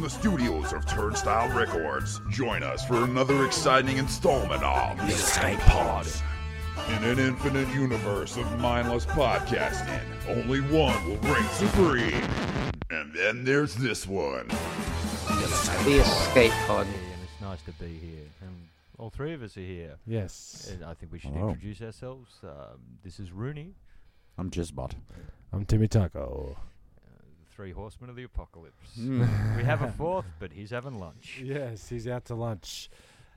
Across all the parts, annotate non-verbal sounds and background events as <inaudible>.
the studios of Turnstile Records. Join us for another exciting installment of The Escape Pod. In an infinite universe of mindless podcasting, only one will reign supreme. And then there's this one. The escape pod. here, and it's nice to be here. And all three of us are here. Yes. uh, And I think we should Hello. introduce ourselves. Um, this is Rooney, I'm Jizzbot. I'm Timmy Taco. the Three Horsemen of the Apocalypse. Hmm. <laughs> we have <laughs> a fourth, but he's having lunch. Yes, he's out to lunch.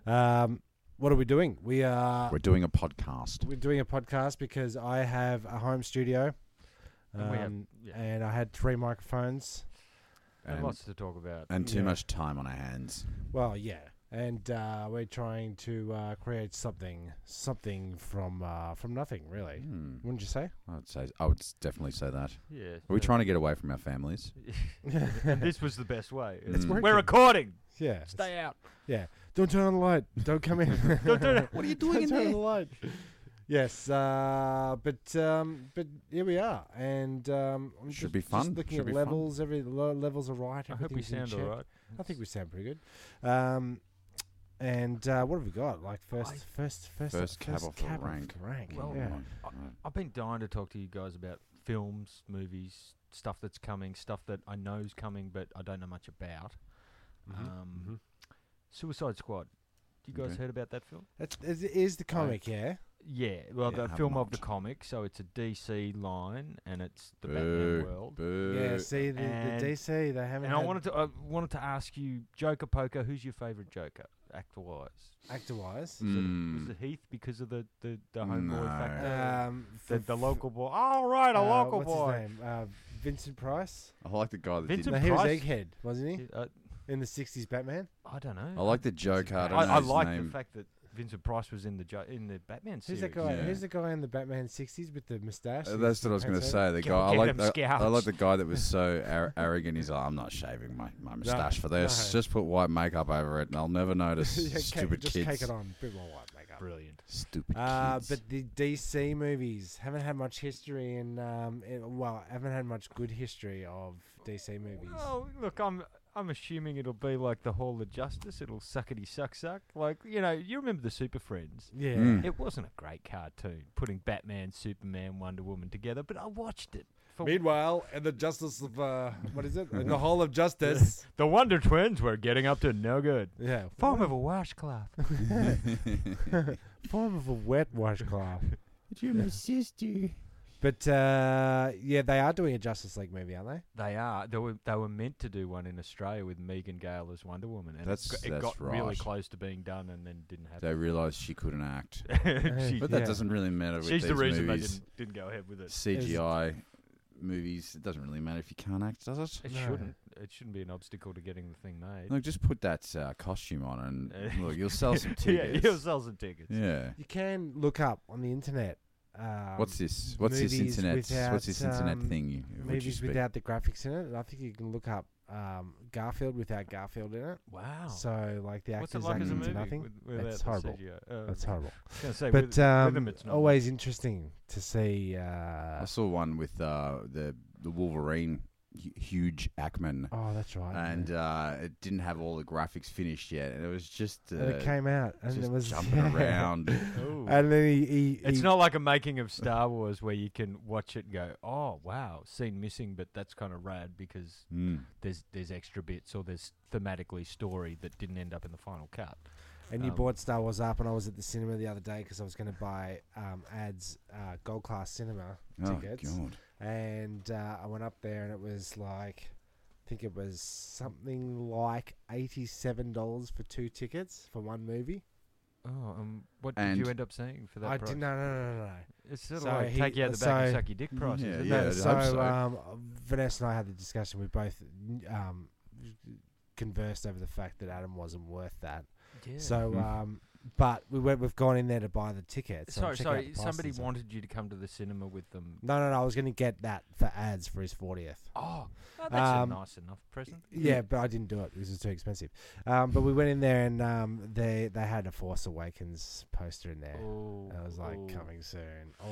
Um, what are we doing? We are We're doing a podcast. we're doing a podcast because I have a home studio, And we have- um, yeah. and I had three microphones. And And- lots to talk about. And too Yeah. much time on our hands. Well, yeah, and uh, we're trying to uh, create something, something from uh, from nothing, really. Hmm. Wouldn't you say? I would say I would s- definitely say that. yeah. Are we trying to get away from our families? and <laughs> this was the best way. It's We're working. recording. Yeah. Stay out. Yeah. Don't turn on the light. Don't come in. <laughs> Don't do it. What <laughs> are you Don't turn on the light. Yes, uh, but um, but here we are, and um, I'm Should just, be fun. Just looking Should at be fun. levels, every lo- levels are right. I hope we everything's in sound all check. right. I think we sound pretty good. Um, and uh, what have we got? Like first, first, first, First cab off the cab rank. rank. Well, yeah. I, I've been dying to talk to you guys about films, movies, stuff that's coming, stuff that I know's coming, but I don't know much about. Mm-hmm. Um, Suicide Squad. You guys Okay. heard about that film? That's, it is the comic, yeah. Yeah, well, Yeah, the have film of not. the comic, so it's a DC line, and it's the Boo. Batman world. Boo. yeah. See the, and- the DC they haven't. And I had wanted to, I wanted to ask you, Joker Poker, who's your favourite Joker, actor-wise? actor wise. Was, it, was Mm. it Heath because of the the, the homeboy No. Mm. factor, Um, the, f- the f- local boy? All right, a uh, local what's boy. His name? Uh, Vincent Price. I like the guy that Vincent- did. No, he was Price? Egghead, wasn't Uh, he? In the '60s Batman. I don't know. I like the joke. I I, don't know I his like name. the fact that Vincent Price was in the jo- in the Batman Who's series. that guy? Yeah. Who's the guy in the Batman '60s with the mustache? Uh, That's what I was going to say. The Get- guy I get like. them The, I scouts. like the guy that was so ar- arrogant. He's like, I'm not shaving my, my moustache for this. no. Just put white makeup over it, and I'll never notice. <laughs> stupid just kids. take it on, bit more white makeup. Brilliant. Stupid Uh, kids. but the DC movies haven't had much history, and um, it, well, haven't had much good history of DC movies. Well, look, I'm I'm assuming it'll be like the Hall of Justice. It'll suckety suck suck. Like you know, you remember the Super Friends. yeah, Mm. It wasn't a great cartoon putting Batman, Superman, Wonder Woman together, but I watched it. For Meanwhile, in the justice of uh, what is it? In the Hall of Justice. the Wonder Twins were getting up to no good. <laughs> yeah. Form of a washcloth. Form of a wet washcloth. you're my sister. but uh, yeah, they are doing a Justice League movie, aren't they? <laughs> they are. They were. They were meant to do one in Australia with Megan Gale as Wonder Woman, and That's- it, got, it that's got really right. close to being done, and then didn't They happen. realised she couldn't act, <laughs> She- but that Yeah. doesn't really matter with she's these the reason they movies. didn't, didn't go ahead with it. CGI movies. It doesn't really matter if you can't act, does it? It No. shouldn't. It shouldn't be an obstacle to getting the thing made. Look, just put that uh, costume on, <laughs> and Uh, look, you'll sell some tickets. <laughs> yeah, you'll sell some tickets. Yeah. You can look up on the internet. Um, What's this? What's this movies internet? without, What's this internet um, thing? you- of which you movies speak? without the graphics in it. and I think you can look up um, Garfield without Garfield in it. Wow. So like the Oh. What's it actors like aren't as a into movie? nothing. with- without That's the horrible. CGI? Uh, That's horrible. I was gonna say, But with- with um, them it's not. always interesting to see. Uh, I saw one with uh, the the Wolverine, Hu- huge Ackman, oh, that's right. yeah. and uh, it didn't have all the graphics finished yet, and it was just uh, And it came out, and just it was <laughs> jumping around. Ooh. And then he, he, it's he- not like a making of Star Wars where you can watch it and go, "Oh, wow, scene missing," but that's kind of rad because Mm. there's there's extra bits or there's thematically story that didn't end up in the final cut. And you um, bought Star Wars up, and I was at the cinema the other day because I was going to buy um, ads, uh, gold class cinema Oh tickets, God! and uh, I went up there, and it was like. I think it was something like eighty-seven dollars for two tickets for one movie. Oh, um, what And- did you end up saying for that I price? did no, no, no, no, no. It's sort So of like he- take you out the back and so- suck your dick price. Yeah, isn't it? uh, yeah. no, I'd so, hope so. Um, Vanessa and I had the discussion. We both um, conversed over the fact that Adam wasn't worth that. Yeah. So, Hmm. um, but we went, we've gone in there to buy the tickets. so sorry, I'm checking out sorry. the prices Somebody and- Oh, wanted you to come to the cinema with them. No, no, no. I was going to get that for ads for his fortieth. Oh, that's Um, a nice enough present. Yeah, but I didn't do it because it was too expensive. Um, but we went in there and um, they they had a Force Awakens poster in there. Oh, And I was like, oh. coming soon. I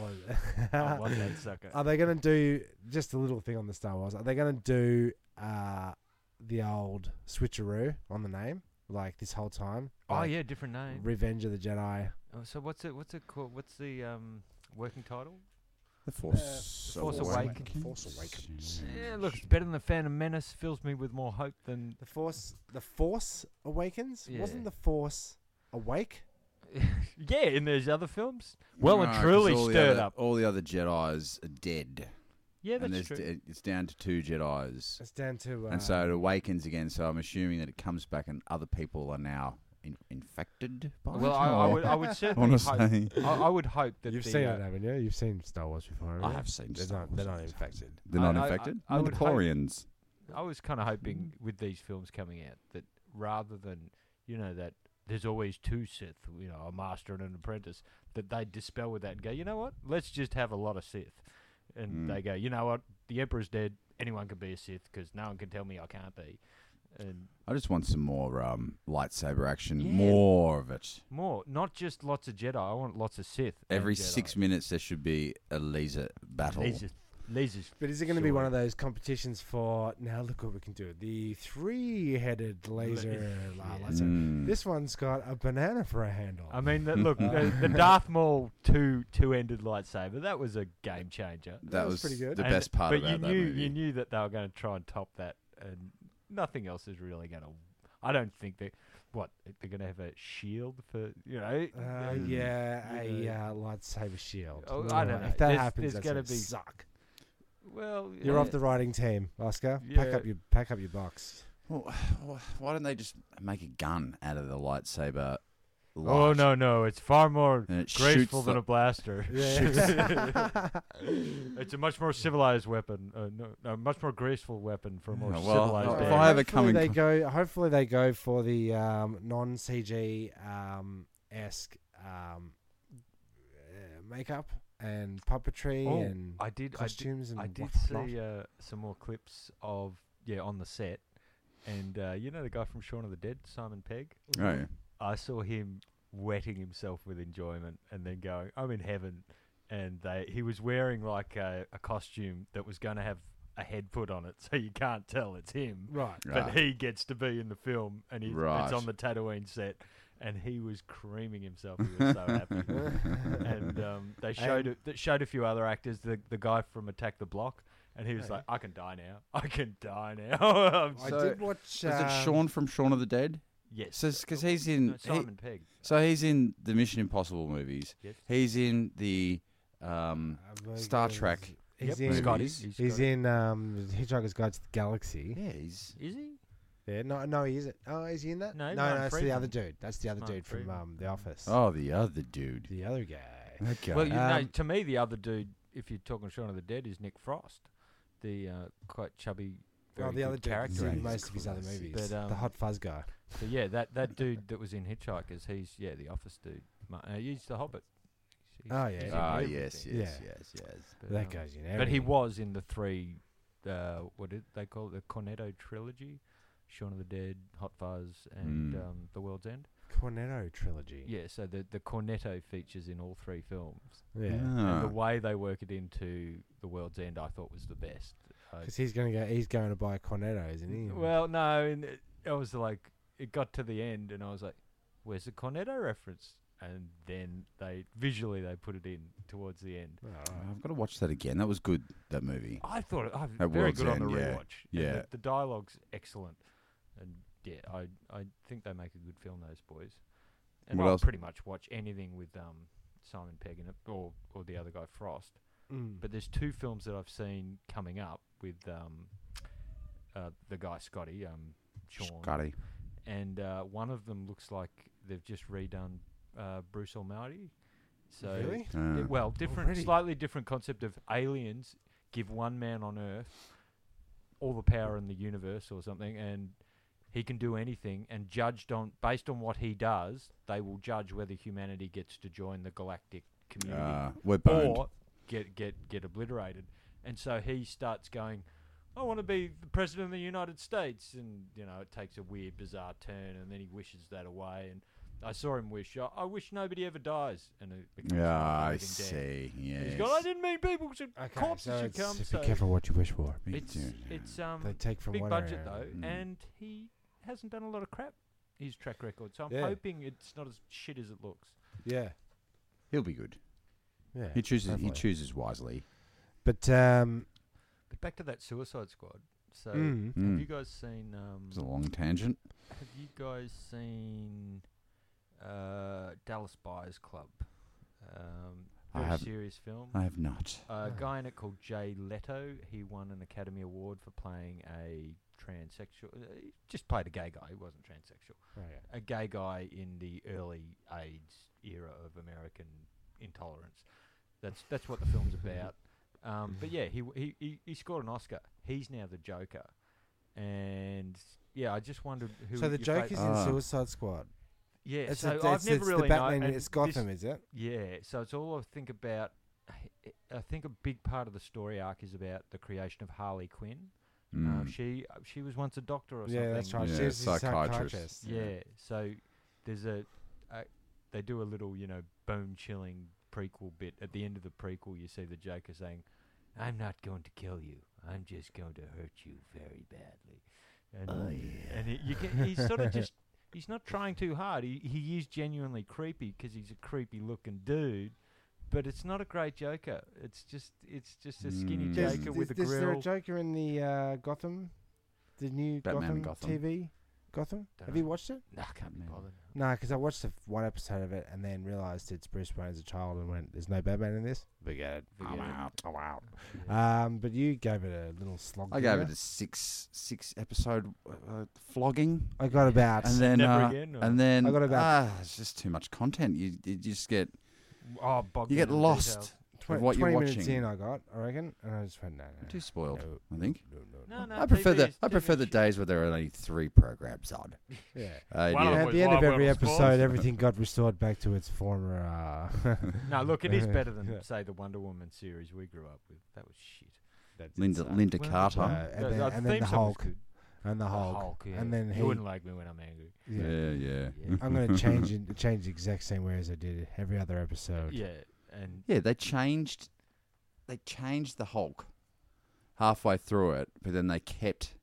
Oh, want <laughs> that sucker. Are they going to do just a little thing on the Star Wars? Are they going to do uh, the old switcheroo on the name, like this whole time. Oh Like, yeah, different name. Revenge of the Jedi. Oh, so what's it? What's it called? What's the um, working title? The Force, The Force Awakens. Force Awakens. Yeah, look, it's better than the Phantom Menace. Fills me with more hope than. <laughs> The Force, the Force Awakens. Wasn't Yeah. the Force awake? yeah, and there's other films. Well No, and 'cause truly all the stirred other- up. All the other Jedi's are dead, Yeah, and that's there's true. d- it's down to two Jedi's, It's down to. Uh, and so it awakens again. So I'm assuming that it comes back, and other people are now in- infected by well, it. I, I or- would, I would <laughs> certainly hope. honestly, I, I would hope that Oh. you've the, seen uh, it, eh? haven't you? You've seen Star Wars before. haven't I you? have seen. They're Star not. They're Wars. not infected. They're I- not I- infected. I would hope- Mandalorians. I was kind of hoping Mm. with these films coming out that rather than you know that there's always two Sith, you know, a master and an apprentice, that they dispel with that and go, you know what, let's just have a lot of Sith, and Mm. they go, you know what, the Emperor's dead, anyone can be a Sith because no one can tell me I can't be, and I just want some more um, lightsaber action. Yeah. More of it. more, not just lots of Jedi. I want lots of Sith. and Every Jedi. six minutes, there should be a laser battle. Lasers, lasers. <laughs> But is it going to be one Sure. of those competitions for now? Look what we can do. The three-headed laser. la- yeah. laser. Mm. This one's got a banana for a handle. I mean, that, <laughs> look, the, the Darth Maul two two-ended lightsaber that was a game changer. that, that was was, pretty good. the And- best part but about you that knew movie. you knew that they were going to try and top that, and nothing else is really going to. I don't think they. What they're going to have a shield for you know? Uh, and- yeah, you a uh, lightsaber shield. Oh, Mm. I don't know. If that There's- happens, there's that's gotta gonna be- suck. Well, You're off yeah. the riding team, Oscar. Pack Yeah. up your pack up your box. Well, <sighs> wh- why don't they just make a gun out of the lightsaber? Light Oh no, no! It's far more And it graceful shoots than the- a blaster. Yeah. <laughs> it's <laughs> a much more civilized weapon. Uh, no, a much more graceful weapon for a more Yeah, well, uh, civilized. if age. I have a hopefully coming they co- go. Hopefully they go for the um, non CG um, esque um, uh, makeup and puppetry Oh, and I did. I did costumes I and did whatnot. see uh, some more clips of yeah on the set, and uh, you know the guy from Shaun of the Dead, Simon Pegg. Oh, yeah. I saw him wetting himself with enjoyment, and then going, "I'm in heaven," and they he was wearing like a, a costume that was going to have a head put on it, <laughs> so you can't tell it's him. Right. <laughs> Right. But he gets to be in the film, and he's Right. it's on the Tatooine set, and he was creaming himself. He was <laughs> so happy. and <laughs> um, they showed a, they showed a few other actors. The the guy from Attack the Block, and he was Okay. like, "I can die now. <laughs> I can die now." <laughs> I'm I so- did watch. Is it um, Sean from Shaun of the Dead? yes, So, because he's in, no, he- Simon Pegg. so he's in the Mission Impossible movies. Yes. He's in the, um, uh, Star he's- Trek He's Yep. in. Scotty. He's, he's- He's in um, Hitchhiker's Guide to the Galaxy. yeah, he's Is he? Yeah, no, no, he isn't. Oh, is he in that? No, no, Martin that's the other Friedman. dude. That's the other Martin dude from Friedman. um, The Office. oh the other dude. the other guy. That guy. Well, you know, Um, to me, the other dude, if you're talking Shaun of the Dead, is Nick Frost, the uh, quite chubby, very Well, the good other dude that's character. Right. in most of his other Classic. movies. But, um, the hot fuzz guy. So yeah, that, that dude that was in Hitchhikers, he's yeah the Office dude. Ma- Uh, he's the Hobbit. He's- Oh, he's yeah. in ah everything. yes, yes, yes, yes. But, That um, guy's in But he everything. was in the three, uh, what did they call it? The Cornetto trilogy, Shaun of the Dead, Hot Fuzz, and Mm. um, The World's End. Cornetto trilogy. Yeah, so the the Cornetto features in all three films. Yeah. And Ah. the way they work it into The World's End, I thought was the best. I- Because he's gonna go. He's going to buy Cornetto, isn't he? Well, no, and it, I was like, it got to the end, and I was like, "Where's the Cornetto reference?" And then they visually they put it in towards the end. I've got to watch that again. That was good. That movie. I thought it I, At very World's good on End, the yeah. rewatch. And Yeah. the, the dialogue's excellent, and yeah, I I think they make a good film. Those boys, and What I'll else? pretty much watch anything with um Simon Pegg in it, or or the other guy Frost. But there's two films that I've seen coming up with um uh, the guy Scotty um Sean Scotty. and uh, one of them looks like they've just redone uh, Bruce Almighty. So really? Ah. yeah, well, different, Already? slightly different concept of aliens give one man on Earth all the power in the universe or something, and he can do anything. And judged on based on what he does, they will judge whether humanity gets to join the galactic community Ah, we're boned. or get get get obliterated. And so he starts going, "I want to be the president of the United States," and you know it takes a weird, bizarre turn, and then he wishes that away, and I saw him wish. I, I wish nobody ever dies, and it becomes Yeah, not Ah, I living dead. see. Yeah. He's gone. I didn't mean people should Okay, corpses so should it's, come. be so careful what you wish for. it's it's um They take from big one budget area. though, Mm. and he hasn't done a lot of crap. His track record, so I'm Yeah. hoping it's not as shit as it looks. Yeah, He'll be good. yeah. He chooses. hopefully. He chooses wisely. But um, But back to that Suicide Squad. So mm, have Mm. you guys seen? Um, It's a long tangent. have you guys seen uh, Dallas Buyers Club? Um, I very haven't. serious film. I have not. A No. guy in it called Jay Leto. He won an Academy Award for playing a transsexual. uh, He just played a gay guy. He wasn't transsexual. right, A gay guy in the early AIDS era of American intolerance. That's that's what the <laughs> film's about. Um, but yeah, he, w- he he he scored an Oscar. He's now the Joker, and yeah, I just wondered who. so the your joke fav- is Ah. in Suicide Squad. yeah. It's, so a, it's, I've it's never really the known- Batman. and it's this- Gotham, is it? yeah, so it's all I think about. I- I think a big part of the story arc is about the creation of Harley Quinn. Uh, Oh, Mm. she uh, she was once a doctor or Yeah, that's right. something. Yeah, She's a psychiatrist. psychiatrist. Yeah, so there's a, a they do a little you know bone chilling prequel bit at the end of the prequel. You see the Joker saying, "I'm not going to kill you. I'm just going to hurt you very badly." And, and it, you can, he's sort of just he's not trying too hard. He he is genuinely creepy because he's a creepy looking dude. But it's not a great Joker. It's just it's just a skinny Mm. There's- Joker there's- with a is there grill. a Joker in the uh, Gotham, the new Batman Gotham, and Gotham. TV? Gotham. Don't Have know. you watched it? Nah, I can't be Batman. bothered. No, because I watched the f- one episode of it and then realized it's Bruce Wayne as a child and went, "There's no Batman in this." Forget it. I'm Forget it. out. I'm out. Yeah. Um, but you gave it a little slog. I didn't gave you? it a six six episode uh, flogging, I got about. and then Never uh, again, or- and then I got about- ah, it's just too much content. You you just get oh, bogged you get down in lost. details. Twen- of what you're 20 minutes watching. in, I got, I reckon, and I just went, no, no, You're no, too spoiled. no, I think. no, no, No, no, no. I prefer TV the is I TV prefer the shit. days where there are only three programs on. yeah. Uh, Wow. yeah. And Otherwise, at the end why of were every we episode, spoiled? everything got restored back to its former. <laughs> Uh, <laughs> No, look, it is better than Yeah. say the Wonder Woman series we grew up with. That was shit. that's Linda insane. Linda Well, Carter. Uh, and then, and then the song was Hulk, good. and the The Hulk, yeah. and then he. you wouldn't like me when I'm angry. yeah. yeah, yeah. Yeah. <laughs> I'm gonna change it, change the exact same way as I did every other episode. Yeah, and Yeah, they changed. They changed the Hulk halfway through it, but then they kept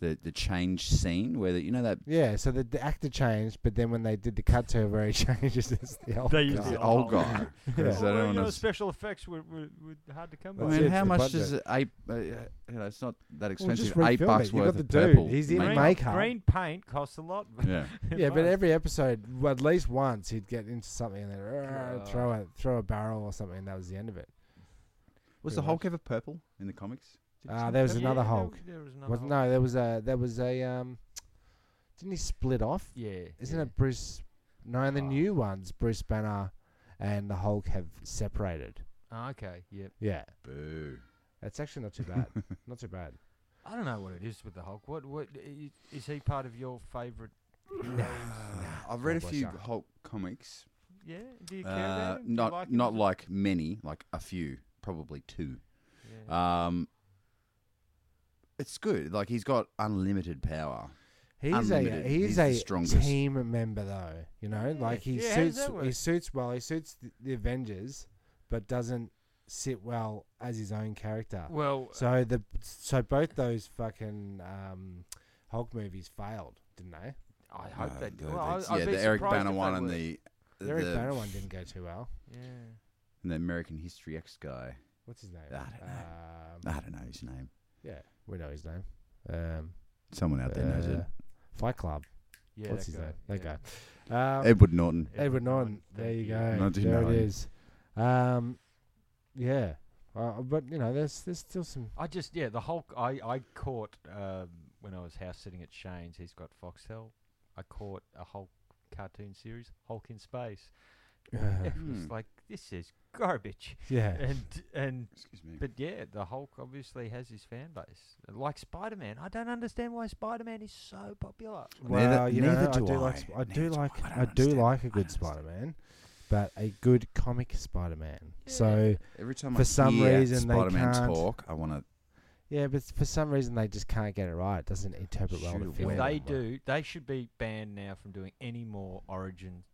the the change scene where the, you know that Yeah, so the, the actor changed, but then when they did the cut to where he <laughs> changes, it's Oh, the Hulk. They used the the old Hulk. <laughs> guy. 'Cause I Although, don't you wanna know, s- special effects were, were, were hard to come I Well, by. mean, it's how the much budget. does it? Eight, uh, you know, it's not that Well, just expensive. refilm eight it. bucks You got worth the of dude. purple. He's in Make- green, makeup. green paint costs a lot. <laughs> Yeah, <laughs> <laughs> Yeah, but Must. every episode, well, at least once, he'd get into something and then "Arr," throw a throw a barrel or something, and that was the end of it. <laughs> was Pretty the Hulk much. ever purple in the comics? Did he Ah, say there was purple? Yeah, another there- Hulk. There, was another Was Hulk. no, there was a there was a um, didn't he split off? Yeah, Isn't yeah. it Bruce? No, in the Ah. new ones, Bruce Banner and the Hulk have separated. Ah, okay, yeah. Yeah, Boo. that's actually not too <laughs> bad. not too bad. I don't know what it is with the Hulk. What what i- is he part of your favourite? I've read a Well, few Buster. Hulk comics. Yeah, do you care Uh, about him? Do you not like him not as a- like many, like a few, probably two. Yeah. Um, it's good. Like he's got unlimited power. He's Unlimited. a he's, He's the a strongest. team member though. You know, Yeah. like he Yeah, how does suits that work? he suits well. He suits the, the Avengers, but doesn't sit well as his own character. well, So the so both those fucking um, Hulk movies failed, didn't they? I hope Uh, they the- do. Well, that's- I, I'd yeah, be the Eric surprised Banner if they one and weren't. the The Eric Uh, the- Banner one didn't go too well. Yeah. and the American History X guy. What's his name? I don't know. Um, I don't know his name. yeah, we know his name. Um, Someone out there knows uh, it. Fight Club. Yeah, What's that his guy, name? That yeah. guy. Um, Edward Norton. Edward Norton. Thank There you go. Not to there know. it is. Um, yeah. Uh, but you know, there's there's still some. I just yeah, the Hulk. I I caught um, when I was house sitting at Shane's. He's got Foxtel. I caught a Hulk cartoon series, Hulk in <laughs> Space. It was Hmm. like this is <laughs> garbage, yeah. and and Excuse me. but yeah, the Hulk obviously has his fan base. Like Spider Man, I don't understand why Spider Man is so popular. Well, you know, neither I do do like I. Sp- I Neither do do I. like I don't I do understand. like I a don't good understand. Spider-Man, but a good comic Spider-Man. So Every time for I some hear reason they Spider-Man can't- talk, I want to Yeah, but for some reason they just can't get it right. It doesn't interpret well. Shoot, The if film. If Well, they well. do, they should be banned now from doing any more Origin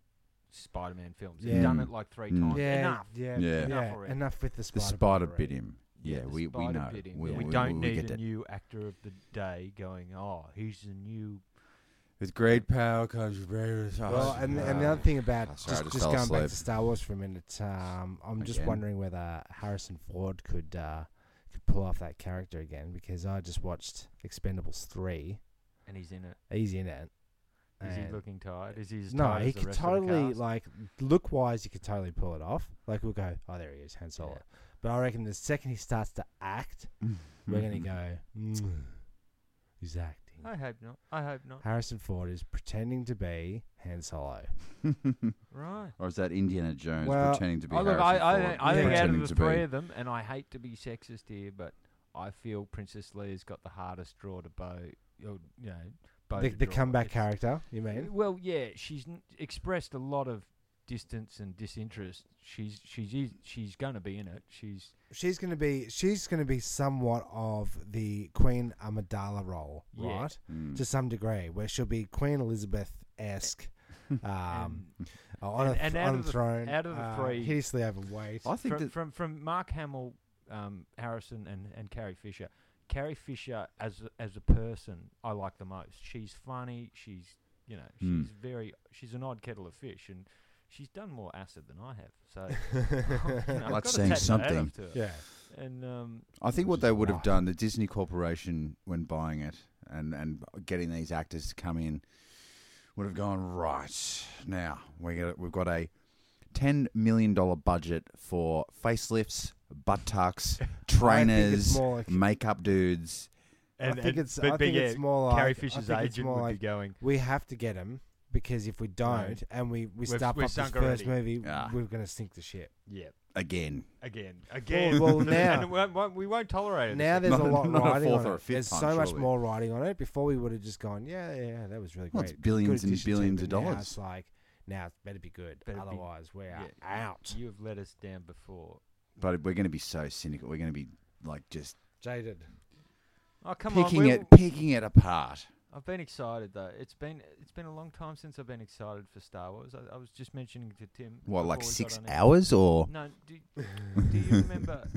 Spider-Man films. Yeah. They've done it like three Mm. times. yeah, Enough. yeah, Yeah. yeah, Enough enough, already. with the The spider. spider already. bit him. Yeah, the we, we spider know. bit him. We, We, we, don't we need get a it. new actor of the day going, oh, he's the new. <laughs> With great power comes great Well, Oh, and, and the other thing about Oh, sorry, I just just, just fell going back asleep. to Star Wars for a minute, um, I'm just Again. wondering whether Harrison Ford could uh, could pull off that character again because I just watched Expendables three. And he's in it. He's in it. Is he and- looking tired? Is he as no, tired he as the could rest of the totally cast? like look wise. He could totally pull it off. Like we'll go, oh, there he is, Han Solo. But I reckon the second he starts to act, we're gonna go. Mm, he's acting. Mm-hmm. I hope not. I hope not. Harrison Ford is pretending to be Han Solo. Right. <laughs> or is that Indiana Jones Well, pretending to be I Oh, look, I, Harrison I, Ford? think- I think out pretending of to the be- three of them, and I hate to be sexist here, but I feel Princess Leia's got the hardest draw to bow. uh, You know, bow The, to the draw. comeback It's- character, you mean? Well, yeah, she's n- expressed a lot of distance and disinterest. She's she's is- she's going to be in it. She's She's gonna be she's gonna be somewhat of the Queen Amidala role, Yeah. right? Mm. To some degree, where she'll be Queen Elizabeth <laughs> esque, um, on and- a and th- out on of a the- throne, out of the uh, three- hideously overweight. I think from, that from from Mark Hamill, um, Harrison, and and Carrie Fisher. Carrie Fisher as a- as a person, I like the most. She's funny. She's you know she's Hmm. Mm. very she's an odd kettle of fish, and she's done more acid than I have. So <laughs> you know, I've Like gotta saying tap my hat something. off to her. <laughs> yeah, And um, I think what Just they would have wild. done, the Disney Corporation, when buying it and, and getting these actors to come in, would have gone right now. We got, we've got a ten million dollar budget for facelifts, butt tucks, I think it's trainers, more like, makeup dudes. I think it's I think it's more like Carrie I Fisher's think it's agent more would like, be going. we have to get him because if we don't Right. and we we We've- stuff we've up this sunk first already. movie, Ah. we're gonna sink the ship. Yeah, Again, again, again. <laughs> well, And now- we won't- we won't tolerate it. Now It's there's Not a a- lot not a riding fourth on or a it. fifth There's time, so much surely. more riding on it. Before we would have just gone, yeah, yeah, that was really Well, great. it's billions Good and addition to it," billions of but now dollars. It's like now it better be good. Better be- Otherwise, we are yeah. out. You have let us down before. but we're going to be so cynical. We're going to be like just Jaded. Oh come picking on! we- it, picking it apart. I've been excited though. It's been it's been a long time since I've been excited for Star Wars. I, I was just mentioning to Tim. What, like before we got six on air- hours or? No. Do, <laughs> do you remember?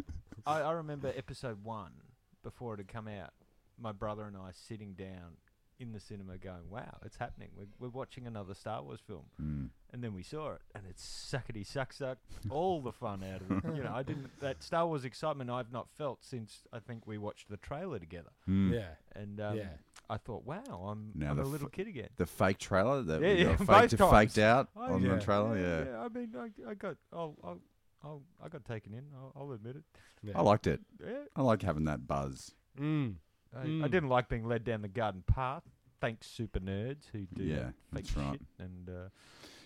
I, I remember episode one before it had come out. My brother and I sitting down in the cinema, going, "Wow, it's happening! We're, we're watching another Star Wars film." Mm. And then we saw it, and it's suckety suck suck all the fun out of it. You <laughs> know, I didn't that Star Wars excitement I've not felt since I think we watched the trailer together. Mm. Yeah. And um, Yeah. I thought, wow, I'm, Now I'm the a f- little kid again. The fake trailer that Yeah, we yeah, got both faked, times. faked out Oh, on yeah. the trailer. Yeah. I mean, I, I got, oh, oh, oh, I got taken in. I'll, I'll admit it. I liked it. Yeah, I like having that buzz. Mm. I, I Mm. didn't like being led down the garden path. Thanks, super nerds who do Yeah, fake that's <laughs> right. shit and uh,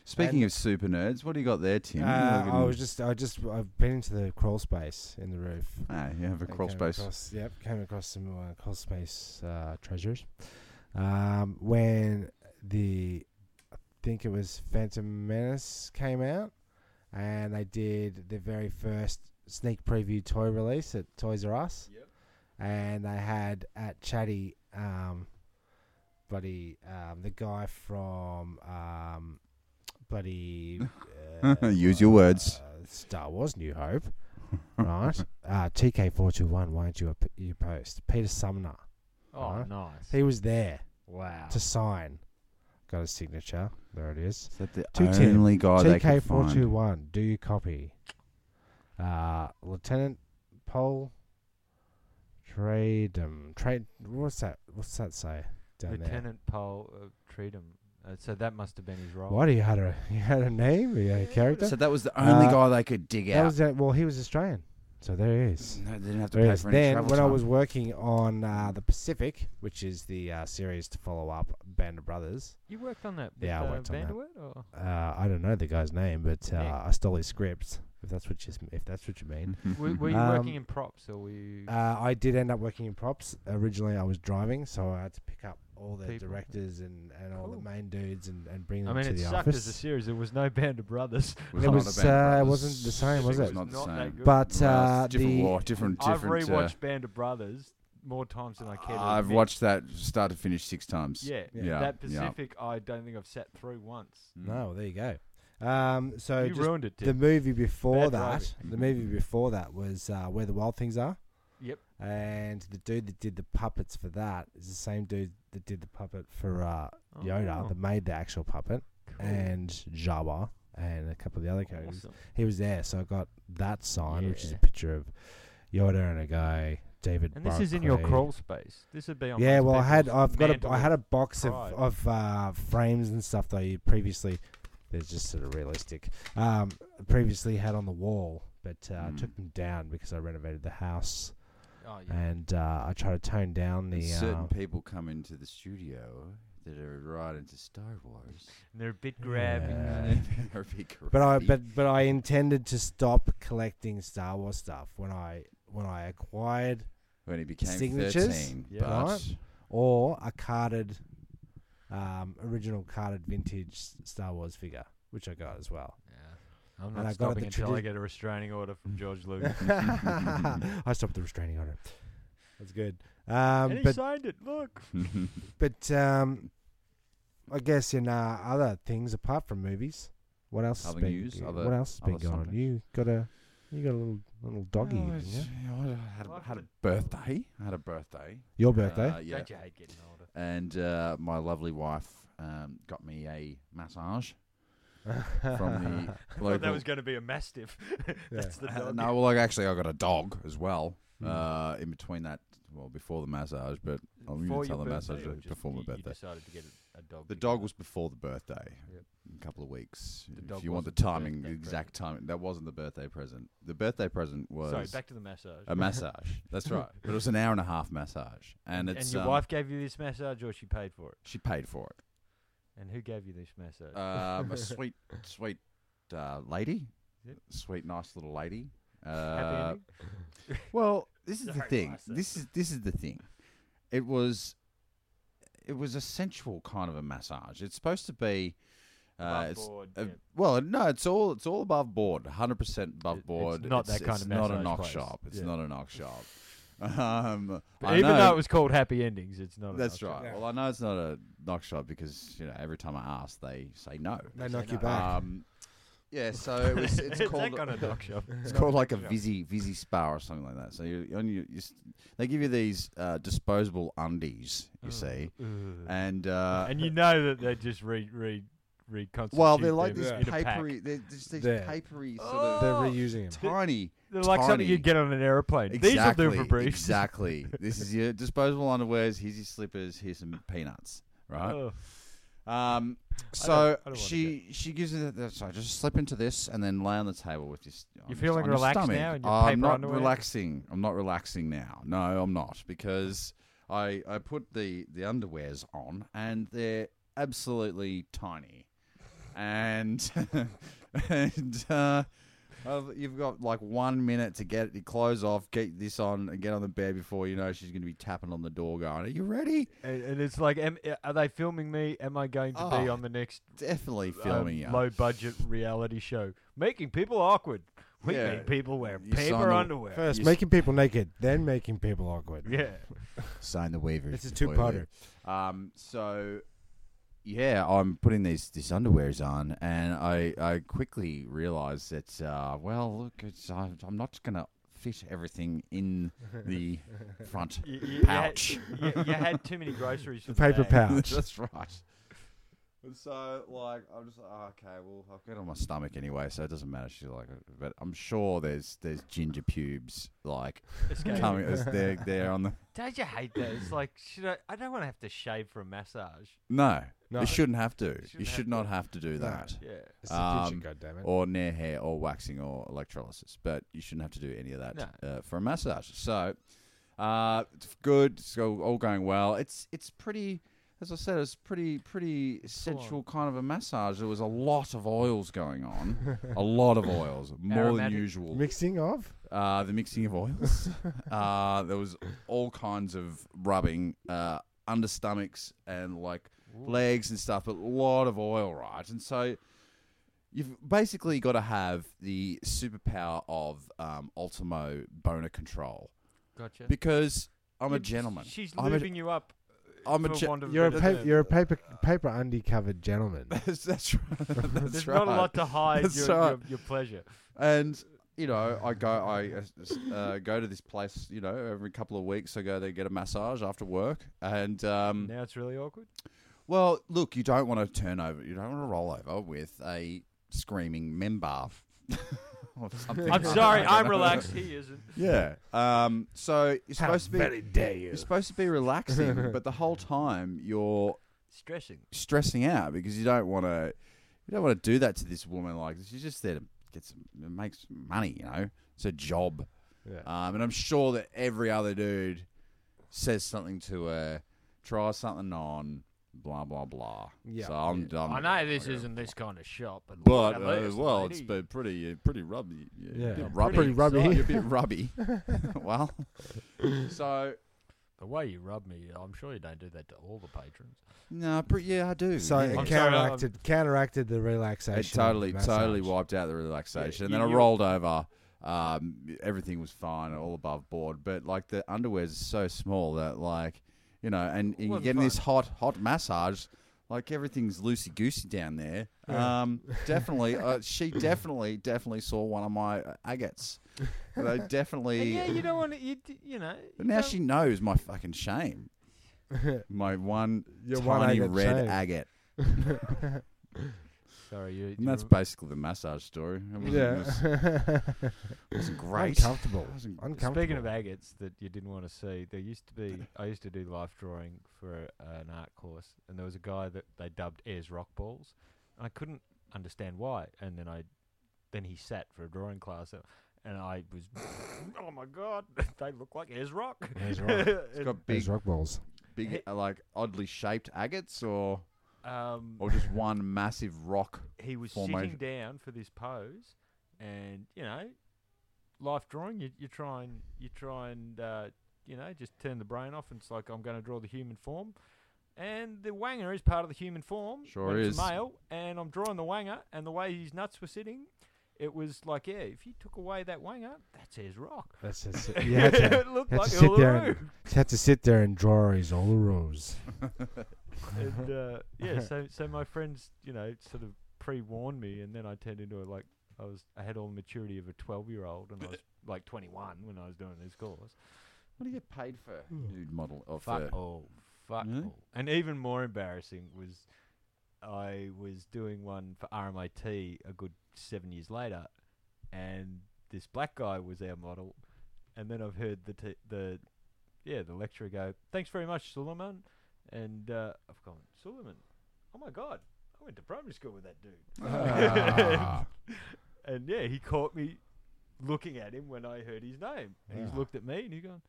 Speaking And- of super nerds, what do you got there, Tim? Uh, You're I looking- was just, I just, I've been into the crawl space in the roof. <laughs> Ah, you have a I crawl came space. Across, yep, came across some uh, crawl space uh, treasures. Um, when the, I think it was Phantom Menace came out, and they did their very first sneak preview toy release at Toys R Us. Yep. And they had at Chatty, um, buddy, um, the guy from um, <laughs> bloody. uh, Use your words. uh, Star Wars: New Hope, <laughs> right? uh, TK four two one. Why aren't you up your post? Peter Sumner. oh, Right. nice. He was there wow. to sign. Got his signature. There it is. Is that the Two Tim. only guy Oh, they TK could four two find? one. Do you copy? Uh, Lieutenant Paul. Tradem. Trade. What's that? What's that say down there? Lieutenant Paul uh, Treatham. Uh, so that must have been his role. What? He had a <laughs> he had a name. He had a character. So that was the only Uh, guy they could dig That out. was it. well. He was Australian, so there he is. no, they didn't have to pay Whereas for any then, travel when I time. <laughs> was working on uh, the Pacific, which is the uh, series to follow up Band of Brothers, You worked on that? With, Yeah, I uh, worked on that. Vanderwood, Or? uh, I don't know the guy's name, but uh, Yeah. I stole his script. If that's what you, if that's what you mean, were, were you Um, working in props or were you? uh, I did end up working in props. Originally, I was driving, so I had to pick up all the People. directors and, and all the Cool. main dudes and, and bring I them mean, to it the sucked office. as a series. There was no Band of Brothers. it not a was, Band of uh, it Brothers. wasn't the same, <laughs> was It it? was not the Not that same. good. but Well, uh, it's different the war, different, different. I've rewatched Band of Brothers more times than I care. To I've admit. watched that start to finish six times. Yeah, Yeah. yeah, That Pacific, I don't think I've sat through once. No, there you go. Um, Mm. so mm. you just ruined it, the Tim. movie before Bad that, the movie before that was uh, Where the Wild Things Are. Yep. And the dude that did the puppets for that is the same dude that did the puppet for uh, Yoda, Oh, that made the actual puppet, cool. and Jawa, and a couple of the other characters. Awesome. He was there, so I got that sign, which is a Yeah. picture of Yoda and a guy, David. And this is in your Barclay. crawl space. This would be on. Yeah, most well, I had people's I've got a, mantle I had a box of pride. of uh, frames and stuff that I previously. They're just sort of realistic. Um, previously had on the wall, but uh, I Hmm. Mm. took them down because I renovated the house Oh, yeah. and uh, I try to tone down And the. certain Uh, people come into the studio that are right into Star Wars. And they're a bit grabbing. Yeah. <laughs> and That'd be but I creepy. but but I intended to stop collecting Star Wars stuff when I when I acquired when he became Signatures, thirteen, yeah. but right? or a carded, um, original carded vintage Star Wars figure, which I got as <laughs> well. Yeah. I'm And not I got stopping the until I tradi- get a restraining order from George Lucas. <laughs> I stopped the restraining order. That's good. Um, and he but signed it. Look. but um, I guess in uh, other things apart from movies, what else? has Other been- news, other- what else has been other going on? subjects. You got a you got a little little <laughs> doggy. Oh, didn't you? it's- yeah, I had, a- Life had a of birthday. I had a birthday. Your birthday. Uh, yeah. Don't you hate getting older? And uh, my lovely wife um, got me a massage <laughs> from the I thought local- that was going to be a mastiff. <laughs> That's the Uh, dog. no, well, like, actually, I got a dog as well. <laughs> Hmm. Uh, in between that, well, before the massage, but I'm going Before to tell your the massage birthday or that just before my you- You birthday. decided to get a, a dog. The because dog of- was before the birthday, Yep. in a couple of weeks. The if dog you want the wasn't the timing, the birthday exact timing, that wasn't the birthday present. The birthday present was Sorry, back to the massage. a massage. That's right, <laughs> but it was an hour and a half massage, and it's <laughs> and your um, wife gave you this massage, or she paid for it? She paid for it. <laughs> And who gave you this massage? Um, a sweet, sweet uh, lady, Yep. sweet, nice little lady. Happy Uh, ending? Well, this is the Sorry, thing. Marcel. This is this is the thing. It was, it was a sensual kind of a massage. It's supposed to be. Uh, Above it's, board, uh, yeah. Well, no, it's all it's all above board, hundred percent It- above it's board. not that kind it's of not a massage knock place. shop. It's Yeah. not a knock shop. <laughs> Um, But I even know- though it was called Happy Endings, it's not. a that's knock right. shop. Well, I know it's not a knock shop because you know every time I ask, they say no. they knock no. you back. Um, yeah, so it <laughs> was, it's called that kind of knock shop. <laughs> it's called like a Visi Visi Spa or something like that. So you, on you, you s- they give you these uh, disposable undies, you Mm. see, and, and uh, you know that they just re re reconstitute. well they're like them this in a pack. papery, they're just these There. papery sort They're of Oh! reusing him. <laughs> tiny. They're like something tiny- you'd get on an airplane. Exactly, <laughs> These will do for briefs. <laughs> Exactly. this is your disposable underwears. Here's your slippers. Here's some peanuts. Right. Ugh. Um, I so don't wanna she she gives you that. So I just slip into this and then lay on the table with your. s- on your- feeling on your relaxed now stomach. in your I'm paper not underwear? relaxing. I'm not relaxing now. No, I'm not because I I put the the underwears on and they're absolutely tiny, and <laughs> and. Uh, uh, You've got like one minute to get your clothes off, get this on, and get on the bed before you know she's going to be tapping on the door, going, "Are you ready?" And, and it's like, am, are they filming me? Am I going to be Oh, on the next Definitely um, filming you. low budget reality show? Making people awkward. We Yeah. make people wear You sign paper a- underwear. <laughs> First, You s- making people naked, then making people awkward. yeah. Sign the waiver. This is before you two-parter. leave. Um, so yeah, I'm putting these these underwears on, and I I quickly realised that uh, well, look, it's I, I'm not gonna fit everything in the front You, you- pouch. You had, you, you had too many groceries. The for paper day. <laughs> pouch. <laughs> That's right. And so, like, I'm just like, oh, okay. Well, I've got it on my stomach anyway, so it doesn't matter. She's like, but I'm sure there's there's ginger pubes like Escape. coming. as They're they're on the Don't you hate that? It's like, should I? I don't want to have to shave for a massage. no. No. You shouldn't have to. shouldn't you have should to. not have to do No. that. Yeah. It's the future, Um, goddammit. or near hair or waxing or electrolysis. But you shouldn't have to do any of that No. uh, for a massage. So uh, it's good. It's go- all going well. It's it's pretty. As I said, it's pretty pretty sensual kind of a massage. There was a lot of oils going on, a lot of oils, <laughs> more than Aromatic. usual. Oh. Mixing of Uh, the mixing of <laughs> oils. uh, there was all kinds of rubbing uh, under stomachs and like legs and stuff, but a lot of oil, right? And so you've basically got to have the superpower of um, Ultimo boner control Gotcha. because I'm a You- gentleman. She's I'm a- lubing you up. I'm a for gen- want of You're a better pa- term. you're a paper paper undie covered gentleman. <laughs> That's, that's right. That's <laughs> There's right. not a lot to hide That's your, right. your, your pleasure. And you know, I go, I uh, s- uh, go to this place. You know, every couple of weeks, I go there get a massage after work. And um, Now it's really awkward. well, look, you don't want to turn over. You don't want to roll over with a screaming member. <laughs> or something. <laughs> I'm sorry, I'm <laughs> relaxed. He isn't. Yeah. Um, so you're How supposed to be very dare you? you're supposed to be <laughs> relaxing, but the whole time you're Stressing. stressing out because you don't want to you don't want to do that to this woman like this. She's just there to get some make some money, you know. It's a job. Yeah. Um, and I'm sure that every other dude says something to her, tries something on, blah blah blah. Yeah. So I'm done. I know this isn't this kind of shop, but Um, But Lord, uh, I love as well, lady. it's been pretty uh, pretty rubby. Yeah. a bit Yeah, rubby. pretty rubby. You're a bit rubby. <laughs> <laughs> well, so the way you rub me. I'm sure you don't do that to all the patrons. no, pretty, yeah, I do. So yeah. it I'm sorry, I'm- counteracted counteracted the relaxation. It of totally, massage. totally <laughs> wiped out the relaxation. you- and then I you- rolled over. Um, everything was fine, all above board. But like the underwear is so small that like, you know, and, and you're Wasn't getting this hot, hot massage. Like everything's loosey goosey down there. Um, <laughs> definitely, uh, she definitely, definitely saw one of my uh, <laughs> agates. They definitely. yeah, you don't want to. You, d- you know. uh, But you now don't- she knows my fucking <laughs> shame. my one Your tiny one agate red shame. agate. Sorry, you. And that's you- basically the massage story. It wasn't- it was- <laughs> Yeah. it <laughs> wasn't great. Uncomfortable. Wasn't- Uncomfortable. Speaking of agates that you didn't want to see, there used <laughs> to be. I used to do life drawing for an art course, and there was a guy that they dubbed as rock balls. And I couldn't understand why, and then I, then he sat for a drawing class, and- and I <laughs> was, oh my god, <laughs> they look like as rock. <laughs> As rock. <laughs> It's got Those big, rock balls. big, uh, like oddly shaped agates, or um, or just one massive rock. he was formation. sitting down for this pose, and you know, life drawing. You, you try and you try and uh, you know just turn the brain off, and it's like I'm going to draw the human form, and the wanger is part of the human form. Sure when is. It's a male, and I'm drawing the wanger, and the way his nuts were sitting, it was like yeah, if you took away that wanger, that's his rock. That's just, you had <laughs> <laughs> to, it looked had like to sit there Uluru. and you had to sit there and draw <laughs> his Uluru's. <laughs> and uh, yeah, so so my friends, you know, sort of pre-warned me, and then I turned into a, like I was I had all the maturity of a twelve-year-old, and I was like twenty-one when I was doing this course. What do you get paid for nude model? Or Fuck for, all, fuck Really? all, and even more embarrassing was I was doing one for RMIT a good seven years later, and this black guy was our model, and then I've heard the t- the yeah the lecturer go, "Thanks very much, Suleiman," and uh, I've gone, "Suleiman, oh my god, I went to primary school with that dude," Ah. and yeah, he caught me looking at him when I heard his name, and he's Yeah. looked at me and he's gone,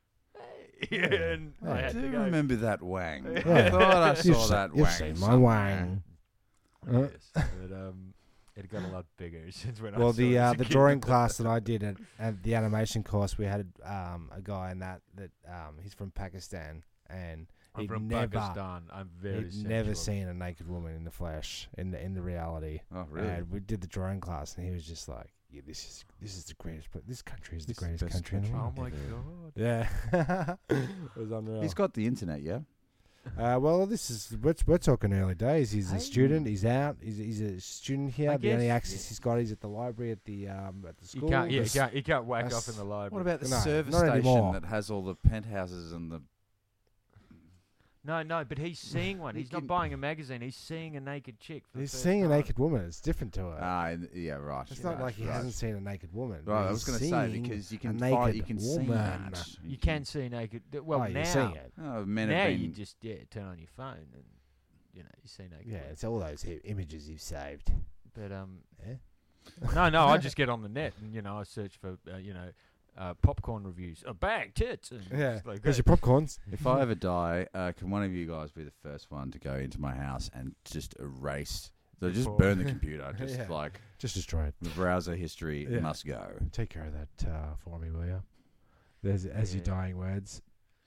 "Hey," <laughs> and <laughs> I I had do to go. remember that <laughs> wang. I Yeah. thought I You've saw se- that You've wang. seen my somewhere. wang. Uh. Yes, but um, it got a lot bigger <laughs> since when I Well, saw it the as <laughs> uh, a the kid. drawing class that I did at, at the animation course, we had um, a guy in that that um, he's from Pakistan and I'm he'd from never Pakistan. I'm very. he'd sensual. never seen a naked woman in the flesh in the in the reality. Oh really? And we did the drawing class, and he was just like, "Yeah, this is this is the greatest. pla- This country is the This is the greatest best country, in the country. Oh world." my Yeah. god! Yeah, <laughs> it was unreal. He's got the internet, yeah. Uh, well, this is we're, we're talking early days. He's Hey. a student. He's out. He's, he's a student here. I the only guess- access he's got is at the library at the um, at the You school. can't. Yeah, you This- can't. You can't whack off that's- in the library. What about the No, service not station anymore. that has all the penthouses and the? no, no. But <sighs> he's seeing one. You He's not can- buying a magazine. He's seeing a naked chick. For the He's first seeing a time. naked woman. It's different to her. Ah, and- yeah, right. it's yeah, not right, like he right. hasn't seen a naked woman. Right, I He's was going to say seeing because you a can naked find, you can see woman. that. You can see naked. th- Well, oh, now, you're seeing it. Oh, men now have you been just yeah turn on your phone and you know you see naked. Yeah, women. it's all those i- images <laughs> you've saved. But um, Eh? <laughs> no, no, I just get on the net and you know I search for uh, you know uh, popcorn reviews, a bag tits, and Yeah, just like there's that. <laughs> your popcorns. If I ever die, uh, can one of you guys be the first one to go into my house and just erase? So just Before- <laughs> burn the computer. Just Yeah. like Just destroy it. the browser history Yeah. must go. <laughs> Take care of that uh, for me, will you? There's as your Yeah. dying words.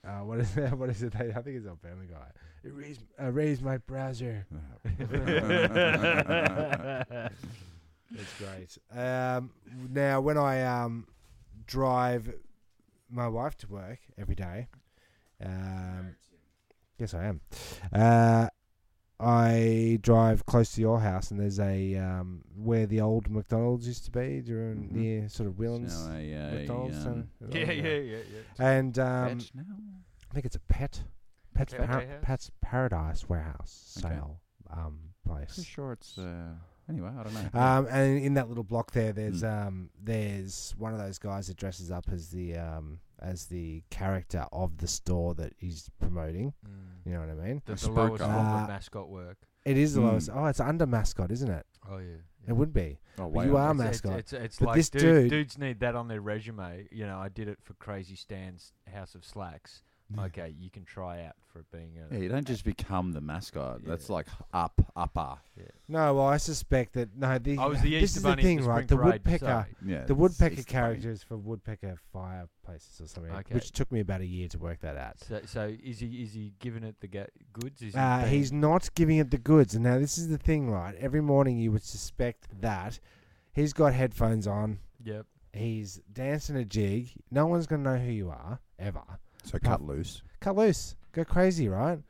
Uh, what is <laughs> that? What is it? I think it's on Family Guy. Erase, erase my browser. <laughs> That's great. Um, now, when I um, drive my wife to work every day, Um, yes, I am. Uh, I drive close to your house, and there's a um, where the old McDonald's used to be, do you remember, Mhm. near sort of Willens So a, uh, McDonald's. um, <laughs> and- Yeah, yeah, yeah, yeah. And um, veg now? I think it's a pet, pet's, Pet par- warehouse? pet's paradise warehouse Okay. sale um, Pretty place. sure it's. Uh, anyway, I don't know. Um, and in that little block there, there's Hmm. um, there's one of those guys that dresses up as the um, as the character of the store that he's promoting. Mm. You know what I mean? The, A the lowest spooker. form Uh, of mascot work. It is the Mm. lowest. Oh, it's under mascot, isn't it? Oh Hmm. yeah. It would be. oh, but way you up. are It's- mascot. It's, it's, it's But like this dude, dude- dudes need that on their resume. You know, I did it for Crazy Stan's House of Slacks. Okay, you can try out for being a. Yeah, you don't just become the mascot. That's Yeah. like up, upper. No, well, I suspect that no. The, I was the this Easter is Bunny the thing, for right? Spring The Parade, woodpecker, sorry. Yeah, the woodpecker it's funny. character is for woodpecker fireplaces or something, Okay. which took me about a year to work that out. So, so is he is he giving it the ga- goods? Is he Uh, being- he's not giving it the goods. And now this is the thing, right? Every morning you would suspect that he's got headphones on. Yep. He's dancing a jig. No one's gonna know who you are ever. So cut loose. Cut loose, go crazy, right?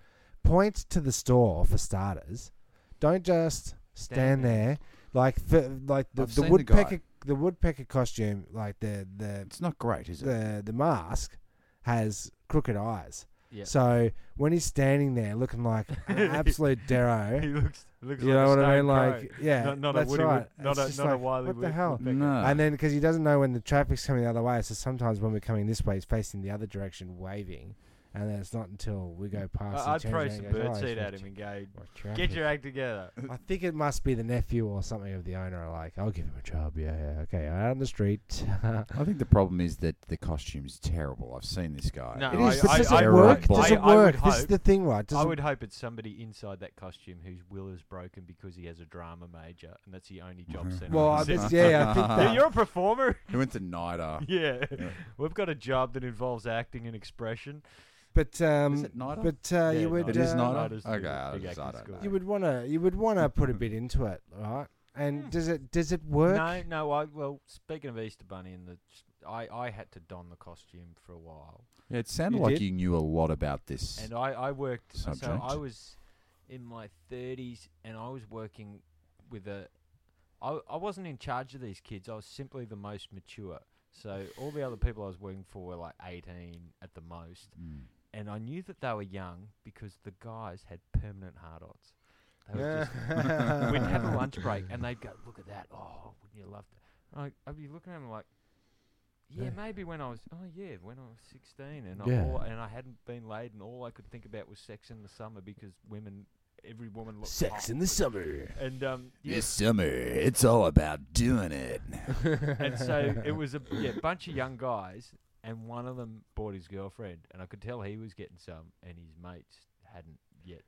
Point to the store for starters. Don't just stand Stand there. there like for, like the, I've the seen the guy. woodpecker the woodpecker costume, like the the It's not great, is it? the the mask has crooked eyes. Yeah. So when he's standing there looking like an absolute <laughs> he Darrow, looks looks you like know a what I mean? stone Like, crow. yeah, Not- not a that's Woody Wood- right. not It's a- just not a like, wily What the Wood- hell? Woodpecker. No. And then because he doesn't know when the traffic's coming the other way, so sometimes when we're coming this way, he's facing the other direction, waving, and then it's not until we go past. I, he I'd turns throw around some and goes, "Oh, birdseed it's at just him and go, tra- get traffic." your act <laughs> together. I think it must be the nephew or something of the owner. Like, I'll give him a job. Yeah, yeah. Okay, out on the street. <laughs> I think the problem is that the costume is terrible. I've seen this guy. No, it I- is. But I- does I it would- work? Does I- it I would work? This is hope- the thing, right? Does I it would hope it's somebody inside that costume whose will is broken because he has a drama major and that's the only job Mhm. centre. Well, I he bet- <laughs> <laughs> says, yeah, I think "Yeah, that. you're a performer. <laughs> He went to NIDA. yeah. Uh-huh. Yeah. we've got a job that involves acting and expression. But um, Is it NIDA? but Yeah, uh, you would. It is uh, not I a- just think okay, it's I big just- I acting don't school. know. You would wanna. You <laughs> would wanna put a bit into it, right? And Hmm. does it? Does it work? No, no. I well, speaking of Easter Bunny and the, I I had to don the costume for a while, Yeah, it sounded You like did? you knew a lot about this. and uh, I I worked. So I Subject. was in my thirties, and I was working with a. I I wasn't in charge of these kids. I was simply the most mature. So all the other people I was working for were like eighteen at the most, Mm. and I knew that they were young because the guys had permanent hard-ons. They were just <laughs> we'd have a <laughs> lunch break and they'd go, look at that. Oh, wouldn't you love that? I, I'd be looking at them like, yeah, Yeah. maybe when I was, oh yeah, when I was 16 and, I, Yeah. all, and I hadn't been laid and all I could think about was sex in the summer because women, every woman looked Sex hot. in the summer. <laughs> And um, This yes, summer, it's all about doing it. <laughs> and so it was a <laughs> yeah bunch of young guys and one of them bought his girlfriend and I could tell he was getting some and his mates hadn't yet.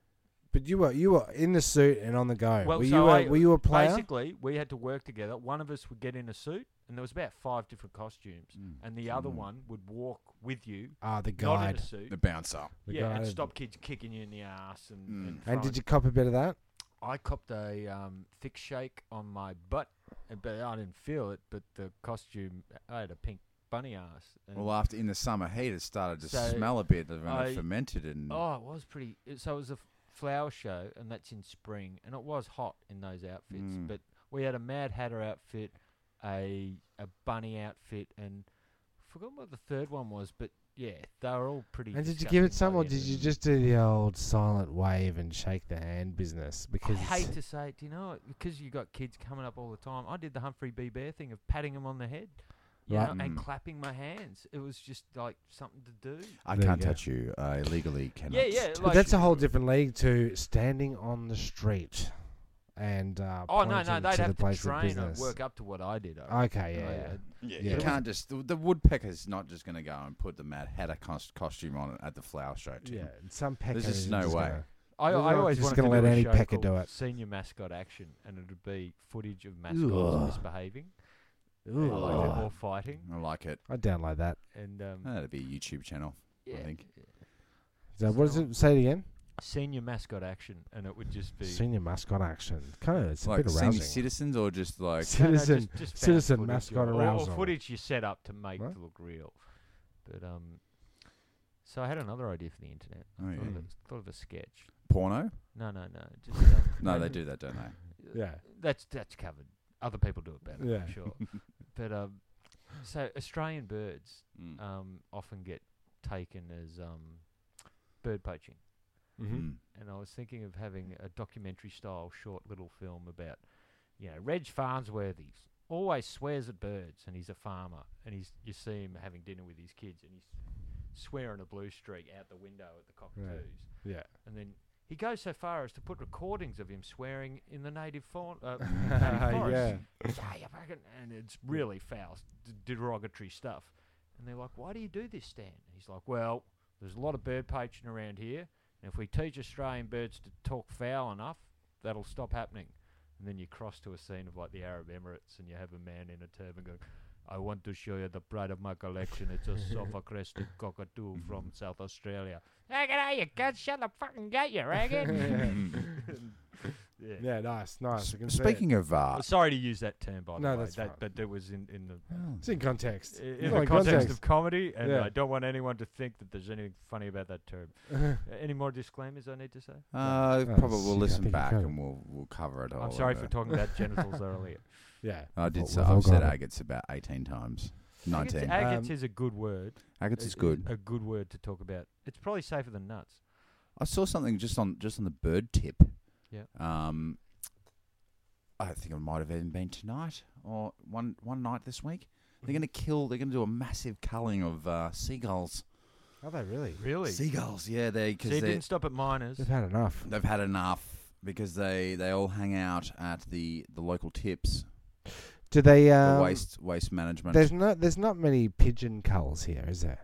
But you were you were in the suit and on the go. Well, were you so a, I- were you a player? Basically, we had to work together. One of us would get in a suit and there was about five different costumes. and the other Mm. one would walk with you, Ah, the not in guide. a suit. The bouncer. The yeah, and guide. stop kids kicking you in the ass. Mm. And, and, And throwing- did you cop a bit of that? I copped a um, thick shake on my butt, uh, but I didn't feel it. But the costume, I had a pink bunny ass. And Well, after in the summer heat, it started to So, smell a bit of when I- it fermented Mm. and oh, it was pretty. it- So it was a f- flower show, and that's in spring, and it was hot in those outfits. Mm. But we had a Mad Hatter outfit, a a bunny outfit, and I forgot what the third one was, but. Yeah, they were all pretty. And did you disgusting give by it some, the or end of did you it. just do the old silent wave and shake the hand business? I Because hate to say it, do you know, because you got kids coming up all the time. I did the Humphrey B. Bear thing of patting him on the head, you Right. know, Mm. and clapping my hands. It was just like something to do. I There you can't go. touch you. I legally cannot. Yeah, yeah, touch but like- that's a whole different league to standing on the street and uh, Oh no, no, pointing they'd to have to the place of train and business. work up to what I did. I reckon. Okay, yeah, Oh, yeah. Yeah, Yeah. you can't just. The, the woodpecker's not just going to go and put the Mad Hatter cos- costume on at the flower show. Too. Yeah, and some peckers. just are no way. gonna- I, Well, I I'm always just wanted gonna to let do a Annie show Pecker called do it. Senior mascot action, and it would be footage of mascots Ugh. misbehaving and, like, Ugh. or fighting, I like it. I download that. and um, That'd be a YouTube channel. yeah, think. So what does So- it say it again? senior mascot action, and it would just be Senior mascot action. Kind of, it's a like bit senior arousing. citizens or just <laughs> like No, no, Citizen, just- just found citizen footage mascot or- or, arousal. footage you set up to make Right. to look real. But um, So I had another idea for the internet. I Oh, thought, of yeah. a, thought of a sketch. Porno? No, no, no. Just <laughs> um, No, make they it- do that, don't they? Yeah. That's that's covered. Other people do it better, Yeah. for <laughs> sure. but um, so Australian birds Mm. Mm-hmm. um, often get taken as um, bird poaching, Mm-hmm. Mm. and I was thinking of having a documentary-style short little film about, you know, Reg Farnsworthy always swears at birds, and he's a farmer, and he's you see him having dinner with his kids, and he's swearing a blue streak out the window at the cockatoos Yeah. and then he goes so far as to put recordings of him swearing in the native, for- <laughs> uh, Mm-hmm. native forest. yeah. Yeah, you fucking- and it's really foul, s- d- derogatory stuff. And they're like, "Why do you do this, Stan?" And he's like, "Well, there's a lot of bird poaching around here, and if we teach Australian birds to talk foul enough, that'll stop happening." And then you cross to a scene of like the Arab Emirates, and you have a man in a turban going. I want to show you the pride of my collection. It's <laughs> a sulfur crested cockatoo from South Australia. Hey, get out, you cunt. Shut the fucking gate, you <laughs> ragged. Mm-hmm. yeah. Yeah, nice, nice. I can S- see it. Speaking of uh, Well, sorry to use that term, by the No, way. that's that, fine. But that was in, in the oh, it's in context. i- in Yeah, the in context, context. of comedy, and Yeah. I don't want anyone to think that there's anything funny about that term. Uh, Any more disclaimers I need to say? uh, Oh, probably shit, we'll I listen think you back covered and we'll we'll cover it all. I'm sorry over. for talking about genitals earlier. <laughs> yeah. I did. We've say all I've said got it. agates about eighteen times. Agates- <laughs> Nineteen. Agates, Um, is a good word. Agates is It- good. A good word to talk about. It's probably safer than nuts. I saw something just on just on the bird tip. Yeah. Um, I think it might have even been tonight or one one night this week. Mm-hmm. They're going to kill. They're going to do a massive culling of uh, seagulls. Are they really? Really? See, Seagulls, yeah, they so because you they didn't stop at minors. They've had enough. they've had enough because they they all hang out at the the local tips, Do they? the Um, waste waste management. There's not. There's not many pigeon culls here, is there?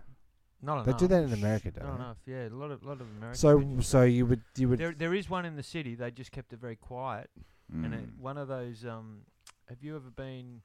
Not They enough. do that in America, Not don't they? enough. Yeah, a lot of lot of American. So, pigeons. so you would, you would. there there is one in the city. They just kept it very quiet. and it, Mm. one of those. Um, have you ever been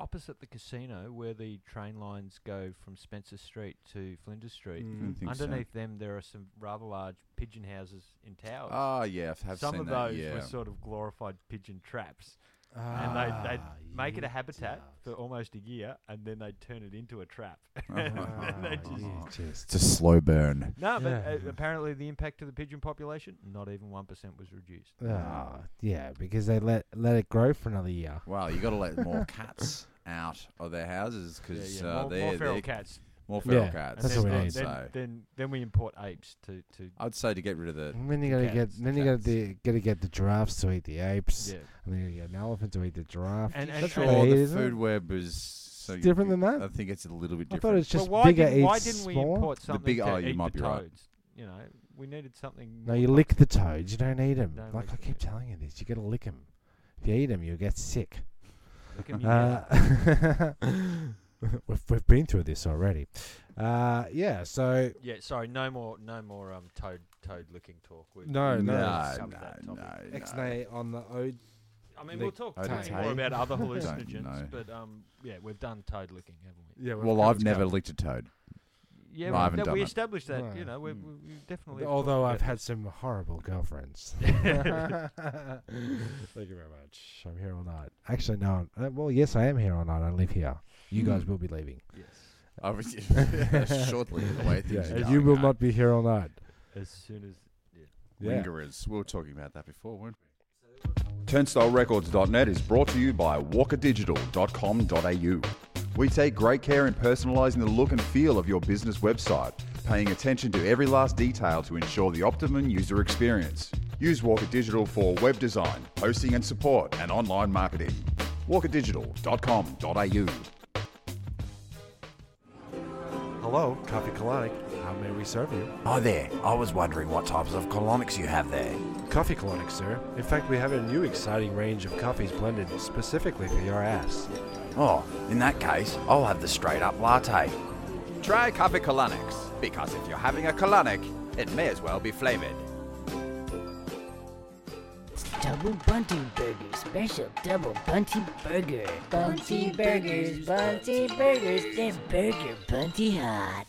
opposite the casino where the train lines go from Spencer Street to Flinders Street? I don't Mm. think so. Underneath them, there are some rather large pigeon houses in towers. Oh yeah, I have some seen of that. those yeah. were sort of glorified pigeon traps, and they they Ah, would make it a you habitat for dog. almost a year, and then they would turn it into a trap. <laughs> Ah, they just- you <laughs> just- it's a slow burn. No, Yeah. but uh, apparently the impact to the pigeon population, not even one percent was reduced. Ah, yeah, because they let let it grow for another year. Wow, you got to let more <laughs> cats out of their houses because yeah, yeah. uh, more, they're more feral they're- cats. More feral Yeah, cats. that's then, what we then, need. So Then, then, then we import apes to to I'd say to get rid of the. And then you the gotta cats, get, the then you gotta cats. de- gotta get the giraffes to eat the apes, yeah. and then you gotta get an elephant to eat the giraffe. And, and, That's and- what Sure, they eat, the isn't it? food web is so you- different than that? I think it's a little bit I different. thought it's just well, why, bigger didn't, why eats didn't we smaller. import something big to eye, eat you might the be right. toads? You know, we needed something. No, more you com- lick the toads. You don't eat them. Don't like lick the I keep toads. telling you this, you gotta lick them. If you eat them, you'll get sick. look at me now. Uh, <laughs> we've we've been through this already. Uh, yeah. So yeah, sorry, no more, no more um toad toad looking talk. We, No, we Oh, no. no, no, summed that no, topic. no. Ixnay on the ode. I mean, we'll talk I plenty don't more know. about other Oh, <laughs> Don't hallucinogens, know. but um, yeah, we've done toad licking, haven't we? Yeah. Well, I've never licked a <laughs> toad. Yeah, I we- haven't that- done we it. established that. You No. know, we, Mm. we, we definitely. have Although I've talked had some horrible <laughs> girlfriends. about that. Thank you very much. I'm here all night. Actually, no. I'm- uh, well, yes, I am here all night. I live here. You guys Hmm. will be leaving. yes. Obviously, <laughs> shortly the way things are Yeah, going, you will no. not be here all night. As soon as Yeah. Lingerers. We were talking about that before, weren't we? TurnstileRecords.net is brought to you by walkerdigital.com.au. We take great care in personalizing the look and feel of your business website, paying attention to every last detail to ensure the optimum user experience. Use Walker Digital for web design, hosting and support, and online marketing. walkerdigital.com.au. Hello, Coffee Colonic. How may we serve you? Hi there. I was wondering what types of colonics you have there. Coffee Colonic, sir. In fact, we have a new exciting range of coffees blended specifically for your ass. Oh, in that case, I'll have the straight up latte. Try Coffee Colonics, because if you're having a colonic, it may as well be flavoured. Double Bunty Burger, special double Bunty Burger. Bunty Burgers, Bunty Burgers, they're Burger Bunty Hot.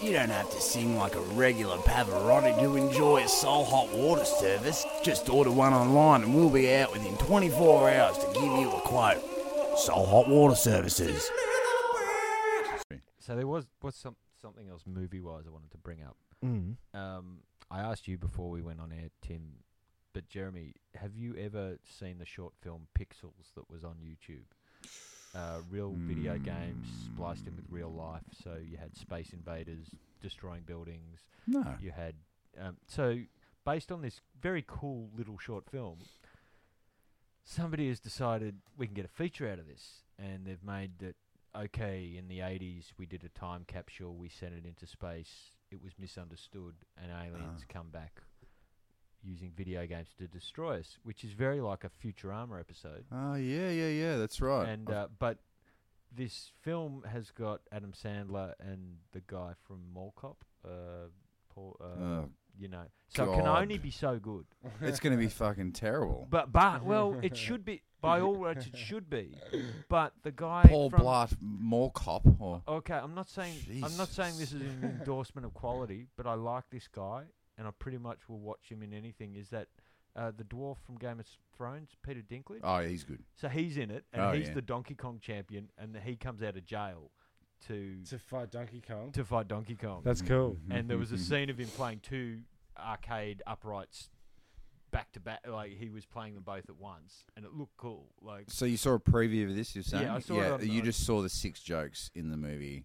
You don't have to sing like a regular Pavarotti to enjoy a soul hot water service. Just order one online and we'll be out within 24 hours to give you a quote. Soul Hot Water Services. So there was was some something else movie wise I wanted to bring up. Mm. Um, I asked you before we went on air, Tim, but Jeremy, have you ever seen the short film Pixels that was on YouTube? Uh, real video games spliced in with real life. So you had space invaders destroying buildings. No. You had um, so based on this very cool little short film, somebody has decided we can get a feature out of this, and they've made that okay. In the '80s, we did a time capsule. We sent it into space. It was misunderstood, and aliens come back using video games to destroy us, which is very like a Futurama episode. Oh yeah, yeah, yeah. That's right. And I've- uh, but this film has got Adam Sandler and the guy from Mall Cop, uh, Paul, uh, Oh, you know. So it can only God. be so good. it's gonna <laughs> be fucking terrible. But but well, <laughs> it should be by all rights it should be. But the guy Paul from, Blart, more cop, or Okay, I'm not saying I'm not saying this is Jesus. <laughs> an endorsement of quality, but I like this guy and I pretty much will watch him in anything. Is that uh, the dwarf from Game of Thrones, Peter Dinklage? oh, yeah, he's good. So he's in it, and Oh, he's yeah. the Donkey Kong champion, and he comes out of jail to To fight Donkey Kong. to fight Donkey Kong. That's cool. and there was a Mm-hmm. scene of him playing two arcade uprights back to back, like he was playing them both at once, and it looked cool. Like So you saw a preview of this? You're saying? I saw it on- you on- just saw the six jokes in the movie,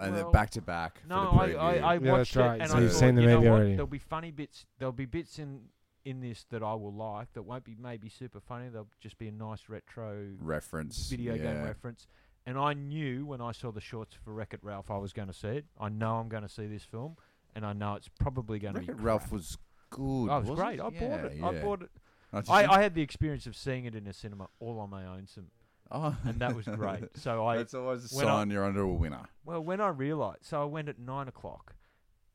and they're Well, back to back. no, for the I, I, preview. I Yeah, watched that's right. it, and So I you've thought, seen the you know movie what? already. There'll be funny bits. There'll be bits in in this that I will like that won't be maybe super funny. They'll just be a nice retro reference video game yeah. reference. And I knew when I saw the shorts for Wreck It Ralph, I was going to see it. I know I'm going to see this film, and I know it's probably going to be. Wreck-It crap. Ralph was good. Oh, it was wasn't great. I bought Yeah, it. I yeah. bought it. Oh, did I, you? I had the experience of seeing it in a cinema all on my own, some, <laughs> Oh. and that was great. <laughs> So I That's always a when I- sign you're under a winner. well, when I realised, so I went at nine o'clock,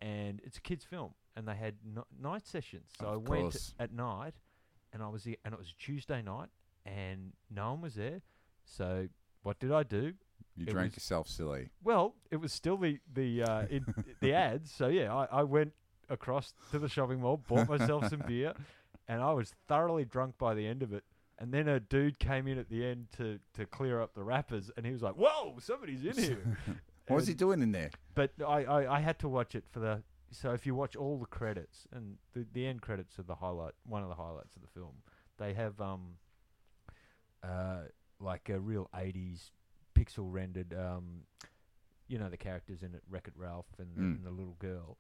and it's a kids' film, and they had n- night sessions. So Of I went course. at night, and I was the, and it was a Tuesday night, and no one was there. So what did I do? You It drank was- yourself silly. Well, it was still the the uh, <laughs> in, the ads. So yeah, I, I went across to the shopping mall, bought <laughs> myself some beer, and I was thoroughly drunk by the end of it. And then a dude came in at the end to to clear up the wrappers, and he was like, "Whoa, somebody's in <laughs> here!" What was he And- doing in there? But I, I I had to watch it for the. So if you watch all the credits and the the end credits are the highlight, one of the highlights of the film, they have um. Uh, like a real '80s pixel rendered um, you know the characters in it, Wreck-It Ralph and, the- Mm. and the little girl.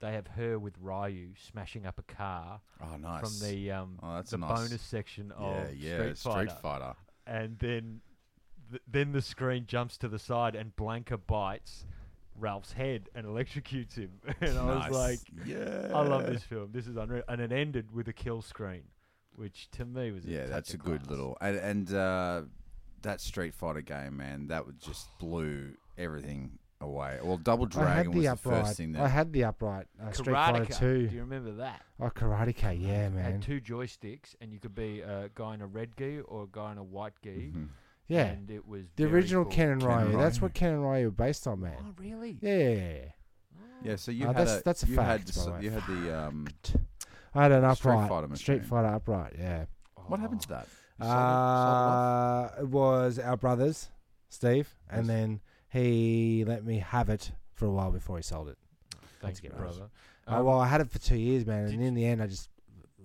They have her with Ryu smashing up a car Oh, nice. from the um, oh, that's the nice. bonus section Yeah, of yeah, Street, Fighter. Fighter. and then th- then the screen jumps to the side and Blanca bites Ralph's head and electrocutes him. <laughs> and I was like, Nice. yeah, I love this film. This is unreal. And it ended with a kill screen, which to me was a Yeah, touch that's of a good class. little and, and uh, that Street Fighter game, man, that would just blew everything away. Well, Double I had Dragon was the the upright. first thing I that had the upright uh, Street Fighter Karateka. Do Two. you remember that? Oh, Karate Kid, yeah, had man. two joysticks, and you could be a guy in a red gi or a guy in a white <laughs> gi. Mhm. Mm-hmm. Yeah, and it was the very original cool. Ken and Ken Ryu. and That's Ryu. what Ken and Ryu were based on, man. Oh, really? Yeah, yeah, yeah, yeah. yeah. So you Uh, had that's- a, that's a you fact, had by the, the so way. you had the um, I had an Street upright Fighter Street machine. Fighter upright. Yeah. what happened to that? You sold it- sold it <laughs> off? Uh, it was our brothers, Steve, Yes. and then he let me have it for a while before he sold it. Thank you, That's brother. gross. Um, oh, well, I had it for two years, man, did and in the end, I just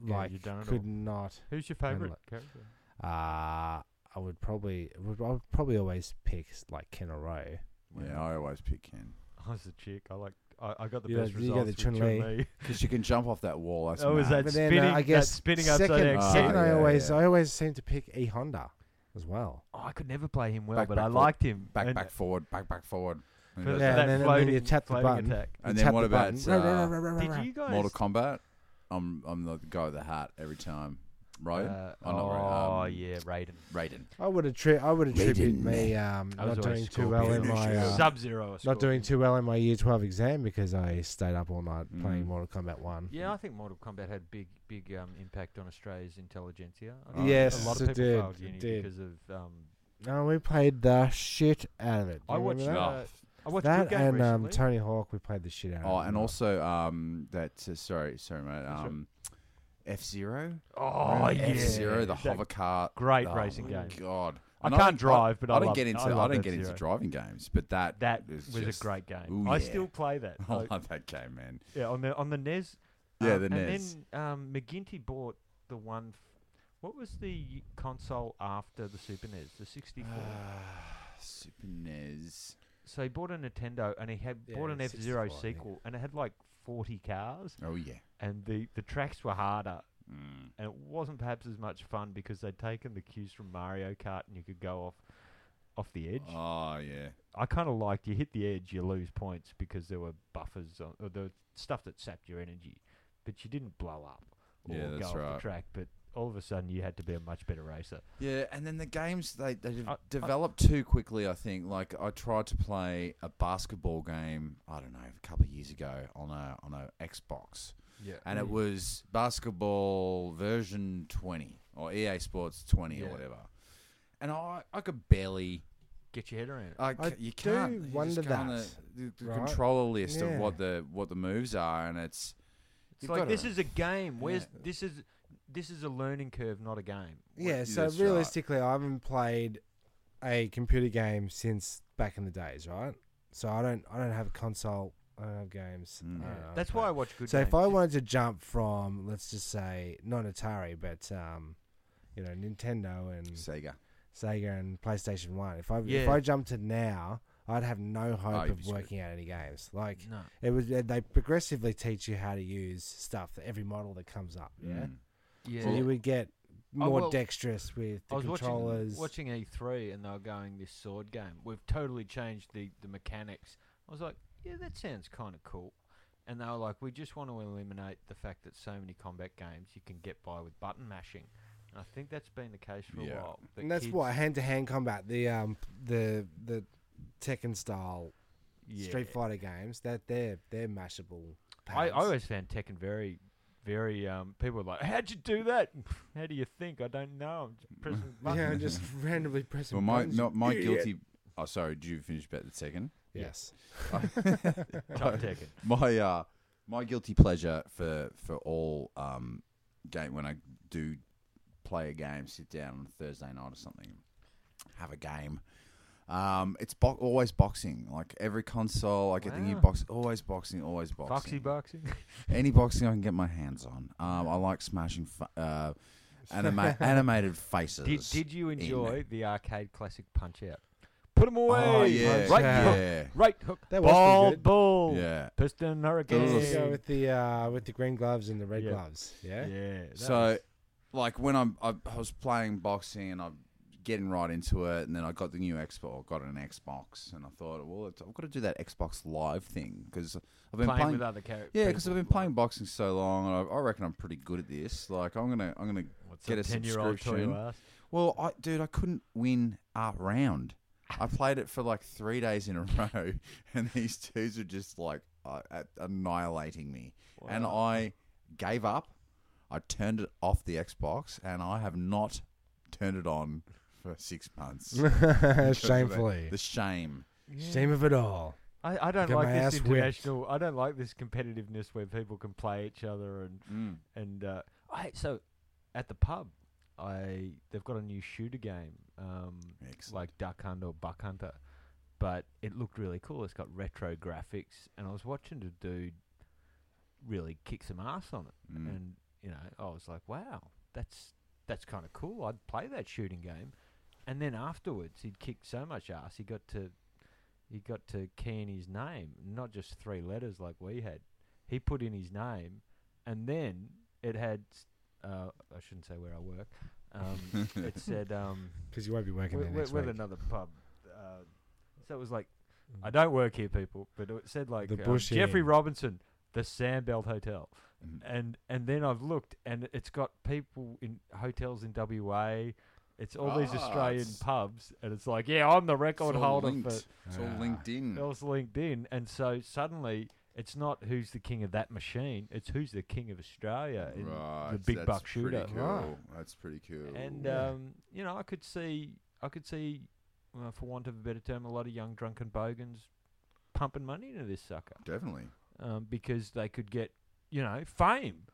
Yeah, like you've done it all. could not. Who's your Handle favourite it. character? <laughs> Uh, I would probably, would, I would probably always pick like Ken or Ryu. Yeah, I always pick Ken I was a chick. I like. I, I got the You best got- you got results the with Chun-Li. because you can jump off that wall. That's That was mad. Oh, that But then, uh, spinning. I guess that spinning second, upside down. second kick. Ah, I yeah, always, yeah. I always seem to pick E Honda as well. Oh, I could never play him well, Back, but back, I forward. liked him. back, and back, forward, back, back, forward. And, for he that does Yeah, that. and then- and then floating, you tap the floating button. attack. And You then tap what the about, button. Rah, rah, uh, rah, rah, rah, rah. Did you guys? Mortal Kombat. I'm I'm the guy with the hat every time. Right? Uh, Oh, not Raiden, oh um, yeah, Raiden. Raiden. I would attri- I would attribute Maiden. me um, I was not always doing too Scorpion. well in my uh, Sub Zero. not doing too well in my year twelve exam because I stayed up all night playing Mm. Mortal Kombat One. Yeah, I think Mortal Kombat had big, big um, impact on Australia's intelligentsia. I Oh, think Yes, a lot of it people did, failed it uni did. because of. Um, No, we played the shit out of it. Do I you watched remember that? uh, I watched that Good Game and um, recently. Tony Hawk. We played the shit out. Oh, of it. and also um, that. Uh, sorry, sorry, mate. all right. Um, F Zero. oh yeah, F Zero, the That hover car. great Oh, racing my game. God, I And can't drive, but I, don't love- get into I, I, love don't that get into zero. driving games, but that That is was just- a great game. Ooh, I yeah. Oh, still play that. <laughs> I Like, <laughs> love that game, man. yeah, on the on the NES. Yeah, um, the E NES. And then um, McGinty bought the one. F- what was the console after the Super NES? <sighs> The 64. Uh, Super E NES. so he bought a Nintendo and he had bought Yeah, an F Zero 64, I think. sequel and it had like 40 cars Oh yeah. and the, the tracks were harder Mm. and it wasn't perhaps as much fun because they'd taken the cues from Mario Kart and you could go off off the edge. Oh yeah. I kind of liked you hit the edge, you lose points because there were buffers on, or the stuff that sapped your energy, but you didn't blow up or Yeah, go that's off right. the track. But all of a sudden, you had to be a much better racer. Yeah, and then the games they they de- I- I- developed too quickly. I think. Like I tried to play a basketball game. I don't know a couple of years ago on a on a Xbox. Yeah. and it was basketball version 20 or EA Sports 20 or Yeah. whatever. And I, I could barely, Get your head around it. I, I c- you do can't you just wonder go on that, the, the right? controller list Yeah. of what the what the moves are, and it's It's you've like gotta- this is a game. Where's Yeah. this is this is a learning curve, not a game. Yeah, Well, so that's right. realistically, I haven't played a computer game since back in the days, right? So I don't, I don't have a console. I don't have games. I Mm. don't Yeah, know, That's play- why I watch good. So games. if I wanted to jump from, let's just say, not Atari, but um, you know, Nintendo and Sega. Sega and PlayStation One, if I if Yeah. I jumped to now, I'd have no hope Oh, you'd be of screwed. working out any games. Like no, it was, they progressively teach you how to use stuff, every model that comes up. Yeah. Mm. yeah. So you would get Oh, more well, dexterous with I the was controllers. watching watching E3 and they were going this sword game. We've totally changed the the mechanics. I was like, yeah, that sounds kind of cool. And they were like, we just want to eliminate the fact that so many combat games you can get by with button mashing. And I think that's been the case for Yeah. a while. that and that's kids- why hand to hand combat, the um, the the Tekken style Street Yeah. Fighter games, that they're they're mashable. I, I pads. always found Tekken very, very. Um, people were like, "How'd you do that? <laughs> How do you think? I don't know. I'm just pressing <laughs> buttons." <laughs> <laughs> yeah, just randomly pressing. Well, my buttons, not you my idiot. guilty. Oh, sorry. Did you finish about the second? Yes. Tough Tekken. my uh my guilty pleasure for for all um game when I do play a game, sit down on a Thursday night or something, have a game. Um, it's bo- always boxing. Like every console, I get the new Wow. box. Always boxing. Always boxing. Foxy boxing. Any boxing I can get my hands on. Um, I like smashing fa- uh, <laughs> anima- animated faces. Did, did you in. enjoy the arcade classic Punch Out? Put him away. Oh yeah, right oh. hook. yeah, Right hook. That was pretty ball. good. Ball. yeah. Piston hurricane. Those Let's go with the uh, with the green gloves and the red Yeah. gloves. Yeah. Yeah, that So, was- like when I'm, I, I was playing boxing and I'm getting right into it, and then I got the new Xbox, got an Xbox, and I thought, well, it's, I've got to do that Xbox Live thing because I've been playing, playing, with other characters. yeah, because I've been playing boxing so long, and I, I reckon I'm pretty good at this. Like I'm gonna, I'm gonna get a ten-year-old toy subscription. last. Well, I, dude, I couldn't win a round. I played it for like three days in a <laughs> row, and these dudes are just like uh, at- annihilating me. And I gave up. I turned it off the Xbox, and I have not turned it on for six months. Because of that- <laughs> Shamefully. the shame. Shame of it all. I, I don't Got like my this ass whipped. international. I don't like this competitiveness where people can play each other and Mm. and uh, I so at the pub, I they've got a new shooter game, um, Excellent. like Duck Hunt or Buck Hunter, but it looked really cool. It's got retro graphics, and I was watching the dude really kick some ass on it, Mm. and you know I was like, wow, that's that's kind of cool. I'd play that shooting game, and then afterwards he'd kick so much ass he got to he got to key in his name, not just three letters like we had. He put in his name, and then it had. s- Uh, I shouldn't say where I work. <laughs> Um, it said um, Because you won't be working we're, there we're- next we're at week. another pub. Uh, so it was like, Mm. I don't work here, people. But it said like The um, Bush Jeffrey Inn. Robinson, the Sandbelt Hotel, Mm. and and then I've looked, and it's got people in hotels in WA. It's all these Ah, Australian it's- pubs, and it's like, yeah, I'm the record It's all holder linked. Hmm. for It's all Ah. linked in. else linked in, and so suddenly it's not who's the king of that machine; it's who's the king of Australia in the big that's buck pretty shooter. Cool. Right. That's pretty cool. And Yeah. um, you know, I could see, I could see, uh, for want of a better term, a lot of young drunken bogans pumping money into this sucker definitely. um, because they could get, you know, fame.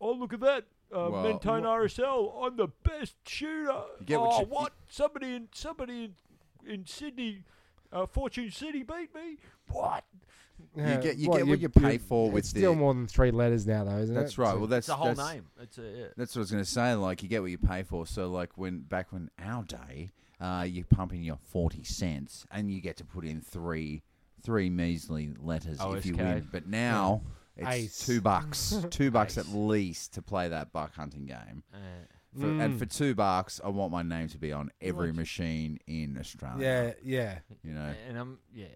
Oh, look at that! uh, Well, maintain wha- RSL. I'm the best shooter. You get oh, what what, you- Somebody in somebody in, in Sydney, uh, Fortune City beat me. What? Yeah, get- you well, get what you pay for it's with still the- more than three letters now, though, isn't it? That's right. So- Well, that's It's a whole that's- name. It's a yeah. That's what I was going to say. Like you get what you pay for. So like when back when our day, uh, you pump in your forty cents and you get to put in three three measly letters if you OSK. win. But now it's Ace. two <laughs> bucks, two bucks at Ace. least to play that buck hunting game. Uh, For, Mm. And for two bucks, I want my name to be on every Right. machine in Australia. yeah, yeah. you know. and I'm yeah.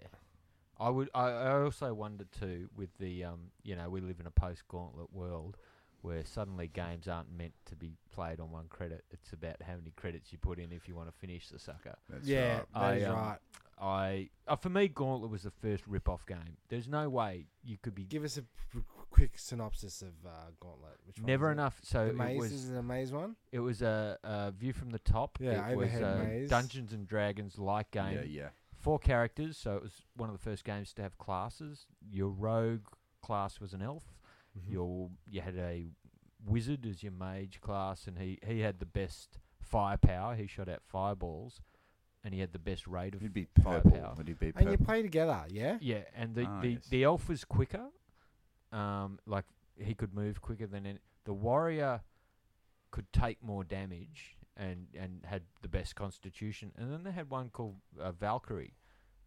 I would. I, I also wonder too with the um. You know, we live in a post gauntlet world where suddenly games aren't meant to be played on one credit. It's about how many credits you put in if you want to finish the sucker. That's yeah, right. that I, is um, right. I uh, for me, Gauntlet was the first rip-off game. There's no way you could be Give us a p- quick synopsis of uh, Gauntlet. Which one never was it? enough. So The it maze was is it a maze one. it was a, a view from the top. Yeah, it was overhead a maze. Dungeons and Dragons like game. Yeah, yeah. Four characters, so it was one of the first games to have classes. Your rogue class was an elf. Mm-hmm. Mm-hmm. Your you had a wizard as your mage class, and he he had the best firepower. He shot out fireballs, and he had the best rate of It'd be Firepower. purple. It'd be And you purple. play together, yeah? Yeah, and the, Ah, the, yes. the elf was quicker. Um, like he could move quicker than any, the warrior could take more damage and and had the best constitution. And then they had one called uh, Valkyrie,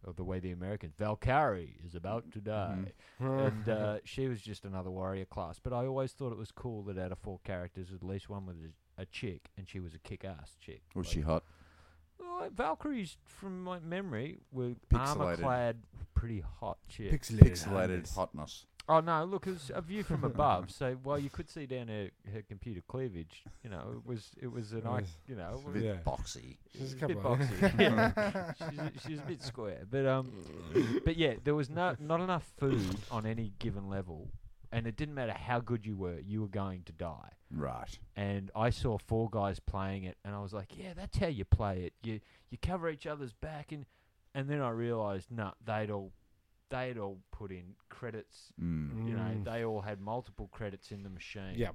or the way the Americans Valkyrie is about to die, <laughs> Mm-hmm. and <laughs> <laughs> uh, she was just another warrior class. But I always thought it was cool that out of four characters, at least one was a, a chick, and she was a kick-ass chick. Was Like, she hot? well, Valkyries, from my memory, were Pixelated. armor-clad, pretty hot chicks. Pixelated hotness. Oh no! Look, it was a view from above. So while you could see down her, her computer cleavage, you know it was it was an eye, Yes. you know, A it bit Yeah. boxy. Just was a a couple bit of- boxy. Yeah. she's, a- she's a bit square, but um, but yeah, there was no not enough food on any given level, and it didn't matter how good you were, you were going to die Right. and I saw four guys playing it, and I was like, "Yeah, that's how you play it. You you cover each other's back." And and then I realised, nah, they'd all they'd all put in credits. Mm. You know, Mm. they all had multiple credits in the machine. Yep.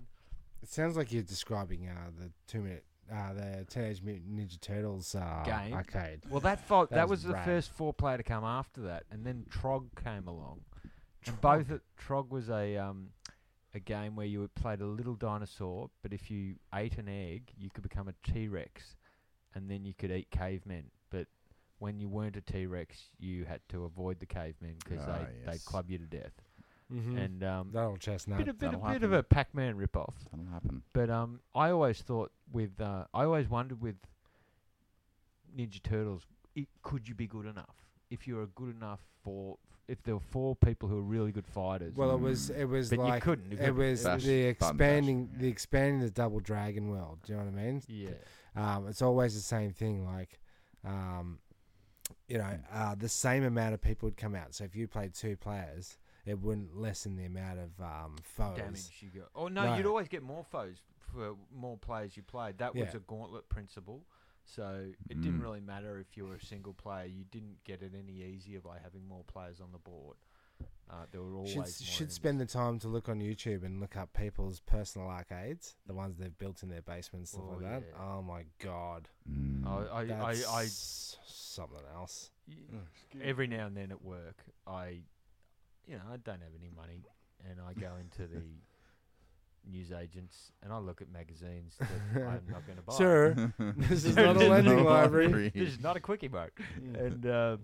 It sounds like you're describing uh, the two minute, uh, the Teenage Mutant Ninja Turtles uh, Game. arcade. Well, that fo- That that was was the rad. first four player to come after that, and then Trog came along. And both it, Trog was a um, a game where you played a little dinosaur, but if you ate an egg, you could become a T Rex, and then you could eat cavemen. But when you weren't a T Rex, you had to avoid the cavemen because Ah, they yes. they club you to death. <laughs> Mm-hmm. And um, that old chestnut. bit of bit, that'll of bit of happen. a Pac Man rip off. That'll happen. But um, I always thought with uh, I always wondered with Ninja Turtles, i could you be good enough? If you were good enough for, if there were four people who were really good fighters, well, it was it was but you like couldn't. You it couldn't. was Bash- button the bash, expanding yeah. the expanding the Double Dragon world. Do you know what I mean? yeah, Um, it's always the same thing. Like, um, you know, uh, the same amount of people would come out. So if you played two players, it wouldn't lessen the amount of um, foes. damage you got. Oh no, No. you'd always get more foes for more players you played. That was Yeah. a gauntlet principle. So it didn't Mm. really matter if you were a single player. You didn't get it any easier by having more players on the board. Uh, there were always Should more should enemies. spend the time to look on YouTube and look up people's personal arcades, the ones they've built in their basements, stuff Oh, like that. yeah. Oh my god, Mm. I, I, that's I, I something else. Y- Mm. every now and then at work, I, you know, I don't have any money, and I go into <laughs> the newsagents and I look at magazines <laughs> that I'm not going to <laughs> buy. Sir, this is not a This is lending not a library. this is not a quickie mode. and uh,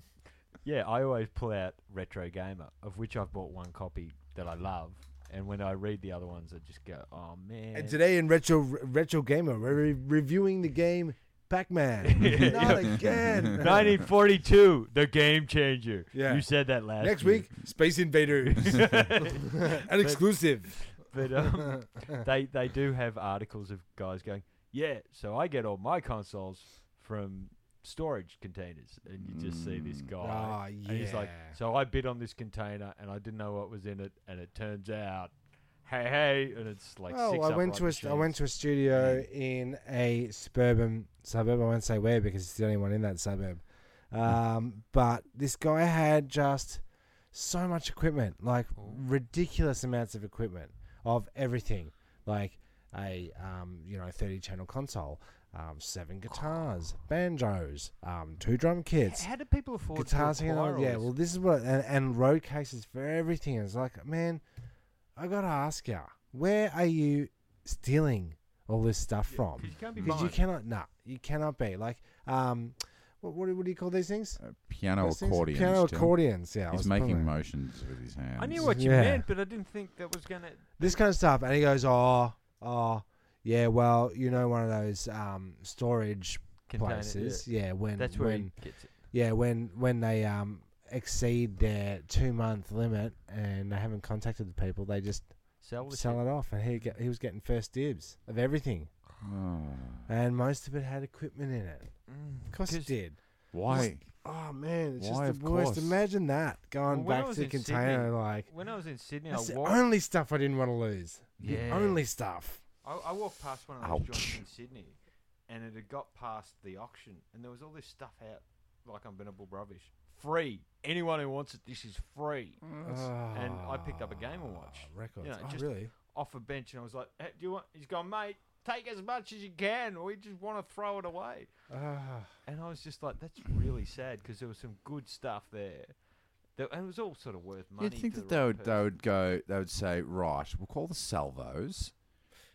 yeah, I always pull out Retro Gamer, of which I've bought one copy that I love, and when I read the other ones, I just go, "Oh man!" And today in retro retro gamer, we're re- reviewing the game <laughs> Pac-Man. not again. 1942, the game changer. Yeah. You said that last Next year. <laughs> week, <laughs> Space Invaders, an exclusive. But <laughs> um, they they do have articles of guys going, yeah. So I get all my consoles from storage containers, and you just see this guy, Ah, and he's like, yeah. so I bid on this container, and I didn't know what was in it, and it turns out, hey hey, and it's like Oh, six I went upright to a st- I machines. went to a studio in a suburban suburb. I won't say where because it's the only one in that suburb. Um, but this guy had just so much equipment, like ridiculous amounts of equipment of everything, like a um, you know 30 channel console, um, seven <gasps> guitars, banjos, um, two drum kits, How do people afford to guitars hanging acquire on. all Yeah, this? well, this is what and, and road cases for everything. It's like, man, I gotta ask ya, where are you stealing all this stuff from? 'Cause you can't be Because you buying. cannot, nah, you cannot be like, um, what what, do- what do you call these things? Piano Those things? accordions. Piano Tim. accordions. Yeah, I He's was pulling making that. motions with his hands. I <sighs> knew what you Yeah. meant, but I didn't think that was gonna. this kind of stuff, and he goes, oh, oh, yeah, well, you know, one of those um storage Container, yeah. places. Yeah. when That's where when he gets it. Yeah, when when they um exceed their two month limit and they haven't contacted the people, they just Sell the sell shit. it off. And he get, he was getting first dibs of everything, Oh. and most of it had equipment in it. Mm, Of course, it 'cause- did. Why? Oh man, it's Why, just of the worst. course. Imagine that going Well, when I back to was the in Sydney, container like When I was in Sydney, I that's the walked. only stuff I didn't want to lose. Yeah. The only stuff. I, I walked past one of those joints Ouch. in Sydney, and it had got past the auction, and there was all this stuff out, like unvenable rubbish, free. Anyone who wants it, this is free. and I picked up a Game and Watch. Ah, Records. You know, oh, just really? off a bench, and I was like, hey, "Do you want?" He's gone, mate. Take as much as you can. We just want to throw it away. Ah. And I was just like, "That's really sad," because there was some good stuff there. That, and it was all sort of worth money. You'd think to that the they right would, they person. would go, they would say, right, we'll call the salvos.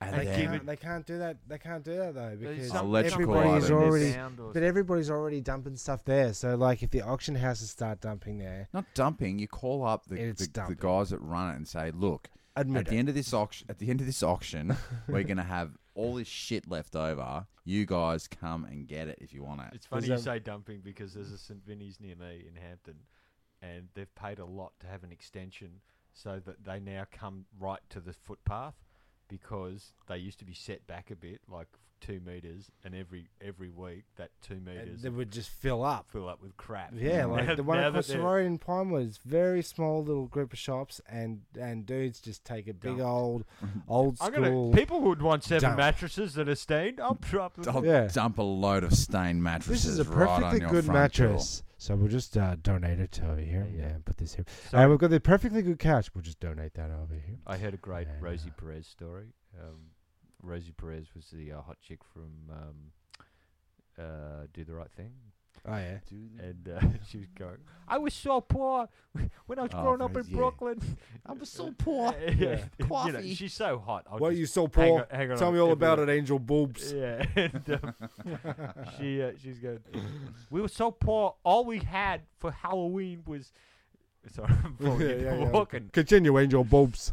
And They then, give can't, they can't do that. They can't do that though There's because some- something- Electrical something items. everybody's already. sound or But everybody's already dumping stuff there. So like, if the auction houses start dumping there, not dumping, you call up the, It's the, the dumping. guys that run it and say, look, admit at the it. end of this auction, at the end of this <laughs> auction, we're gonna have all this shit left over. You guys come and get it if you want it. It's funny There's, you um, say dumping because there's a St Vinny's near me in Hampton, and they've paid a lot to have an extension so that they now come right to the footpath because they used to be set back a bit, like two meters, and every every week that two And meters they would just fill up. fill up with crap. <laughs> Yeah, like the one Now that across the they're- road in Pinewood is very small little group of shops, and and dudes just take a big Dumped. old <laughs> old I'm gonna, school. people would want seven dump. mattresses that are stained. I'll drop them. I'll Yeah. dump a load of stained mattresses. This is a right on perfectly your good front door. mattress. So we'll just uh, donate it to over here. Yeah. Yeah, put this here. So- and we've got the perfectly good couch. We'll just donate that over here. I heard a great And, Rosie uh, Perez story. Um, Rosie Perez was the uh, hot chick from um, uh, Do the Right Thing, Oh yeah. and uh, <laughs> she was going, "I was so poor <laughs> when I was Oh, growing up in Rosie, yeah. Brooklyn. <laughs> I was so poor. Uh, Yeah, yeah. <laughs> You know, Coffee. she's so hot. I'll Why are just you so hang poor? on- hang on, Tell I'm me all about <laughs> everywhere. it, Angel Boobs. Yeah, and, um, <laughs> she uh, she's going. We were so poor. All we had for Halloween was <laughs> sorry, I'm <laughs> Yeah, falling yeah, into yeah. walking. Continue, <laughs> Angel Boobs.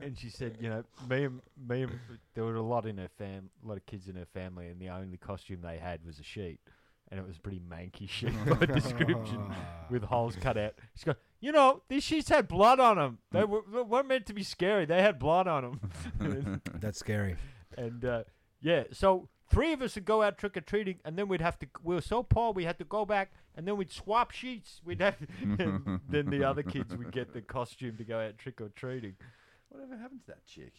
and she said, you know, me and me and there were a lot in her fam, a lot of kids in her family, and the only costume they had was a sheet, and it was a pretty manky <laughs> sheet by description, with holes cut out. She goes, you know, these sheets had blood on them. They were, they weren't meant to be scary. They had blood on them, That's scary. and uh, yeah, so. Three of us would go out trick or treating, and then we'd have to. We were so poor, we had to go back, and then we'd swap sheets. We'd have, <laughs> and then the other kids would get the costume to go out trick or treating. Whatever happened to that chick?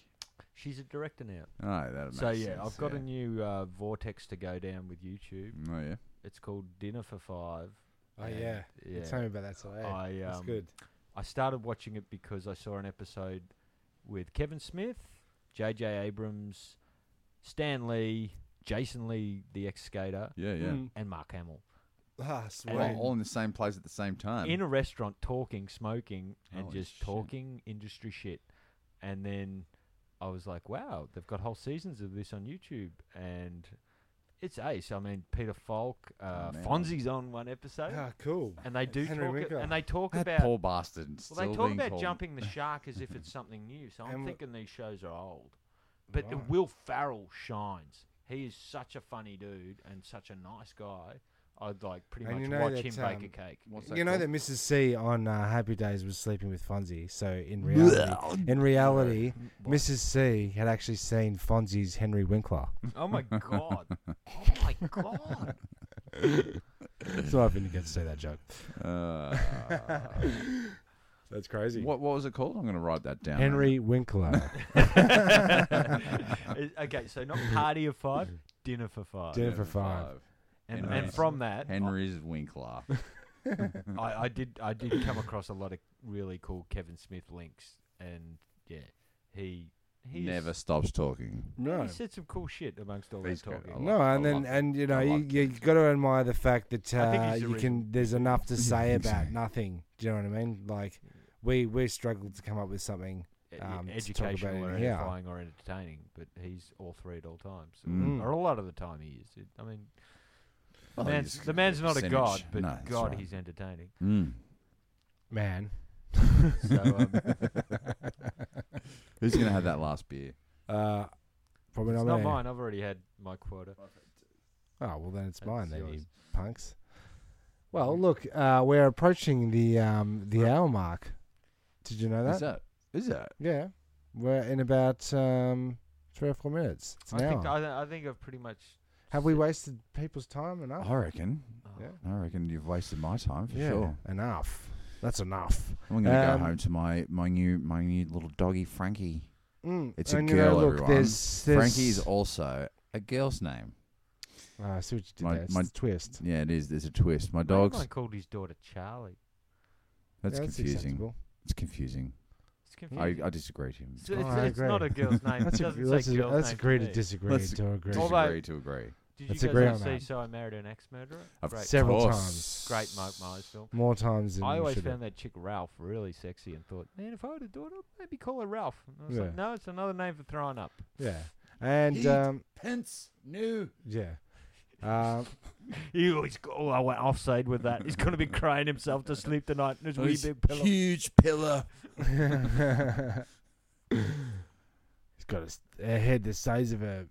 She's a director now. Oh, that So yeah, I've got a new uh, vortex to go down with YouTube. Oh yeah. It's called Dinner for Five. Oh and, yeah. yeah. Tell me about that today. I That's um, good. I started watching it because I saw an episode with Kevin Smith, J.J. Abrams, Stan Lee, Jason Lee, the ex skater, Yeah, yeah. Mm. and Mark Hamill Ah, All, sweet. Right. all in the same place at the same time. in a restaurant talking, smoking, and Holy just shit. talking industry shit. And then I was like, wow, they've got whole seasons of this on YouTube, and it's ace. I mean, Peter Falk, uh, man. Fonzie's on one episode. Oh, Ah, cool. and they do Henry talk a- Winkler. and they talk that about poor bastard. well they still talk being about called- jumping the <laughs> shark <laughs> as if it's something new so i'm And w- thinking these shows are old but uh, Right. will farrell shines he is such a funny dude and such a nice guy i'd like pretty And much you know watch that, him um, bake a cake What's that You know called? that Mrs. C on uh, Happy Days was sleeping with Fonzie. So in reality, in reality, Mrs. C had actually seen Fonzie's Henry Winkler. <laughs> oh my god <laughs> oh my <laughs> god so I've been get to say that joke. Uh, <laughs> That's crazy. what what was it called? I'm going to write that down. <laughs> Henry Winkler. <laughs> Uh, okay so not party of five dinner for five Dinner for five. and, Henry. and from that Henry's <laughs> Winkler. I, I did I did come across a lot of really cool Kevin Smith links, and yeah, he he is- never stops talking. <laughs> <laughs> No. He said some cool shit amongst all He's that great. I talking. like- No, and I then like- and you know I you like you got to admire the fact that I think uh, he's the you can. There's enough to say about nothing. Do you know what I mean? Like we we struggled to come up with something. E- um, to talk about educational or it, yeah. edifying or entertaining, but he's all three at all times. So- Mm. Or a lot of the time he is. It- I mean, the Well, man's, he's the man's not a god, percentage. but No, that's God, right. he's entertaining. Mm. <laughs> Man, So, um, Who's gonna have that last beer? uh, probably it's not, not me. mine. I've already had my quota. Oh well, then it's That's mine. Then you yours. punks. Well, look, uh, we're approaching the um, the hour mark. Did you know that? Is that? Is that? Yeah, we're in about um, three or four minutes. It's an I think, hour. I, th- I think I've pretty much. Have we wasted people's time enough? I reckon. oh, Yeah. I reckon you've wasted my time for sure. enough. That's enough. I'm gonna Um, go home to my my new my new little doggy Frankie. Mm, It's a and, girl, look, everyone. There's, there's, Frankie is also a girl's name. Ah, I see what you did my- there. It's my- a twist. Yeah, it is. There's a twist. My mate of dog's. mine called his daughter Charlie. That's Yeah, confusing. acceptable. It's confusing. It's I, confusing. I disagree to him. it's it's, Oh, I it's not a agree. girl's <laughs> name. That's, it a, doesn't that's, say a, girl's that's name agree for to me. disagree Let's to agree. Disagree Although- to agree. Did you Let's guys agree ever on see that. So I Married an Axe Murderer? Of Great, Several course. times. great Mark Myers film. More times than I you always should have. found that chick Ralph really sexy and thought, man, if I had a daughter, I'd maybe call her Ralph. And I was Yeah. like, no, it's another name for throwing up. <laughs> Yeah. And, um, Pence new. yeah. Um, <laughs> He always go, oh, I went offside with that. He's going to be crying himself to sleep tonight in his wee big pillow. Huge pillar. he's got a, s- a head the size of a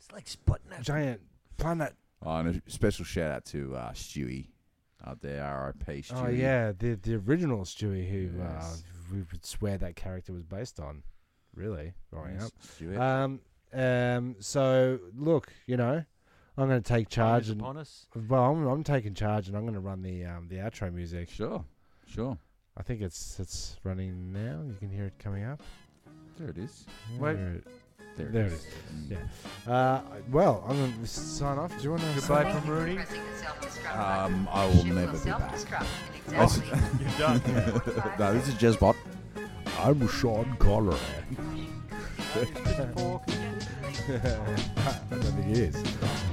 It's like Sputnik. giant planet. Oh, and a special shout out to uh, Stewie out there, R.I.P. Stewie. Oh, yeah. The, the original Stewie, who uh, Yes. we would swear that character was based on. Really? Growing up. Yes, Uh, Stewie. Um, um, so look, you know, I'm going to take charge and upon us. well, I'm, I'm taking charge and I'm going to run the um, the outro music. sure, sure. I think it's it's running now. You can hear it coming up. There it is. Yeah, Wait. there it- There, There it it is. Mm. Yeah. Uh, well, I'm going to sign off. <laughs> Do you want to Goodbye from Rooney. Um, I will never be back. You're done. <laughs> no, this is Jezbot. I'm Sean Connery. I don't think it is.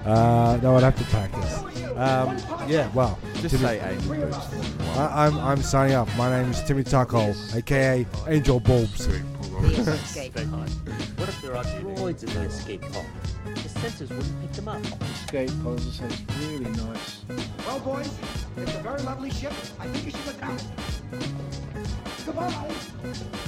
Uh, no, I'd have to practice. Um, yeah. Well, Just say Aiden Boots. I, I'm I'm signing off. My name is Timmy Taco, aka Angel Bulbs. The escape pod. What if there are droids in the escape pod? The sensors wouldn't pick them up. Escape pod sounds really nice. Well, boys, it's a very lovely ship. I think you should look out. Goodbye.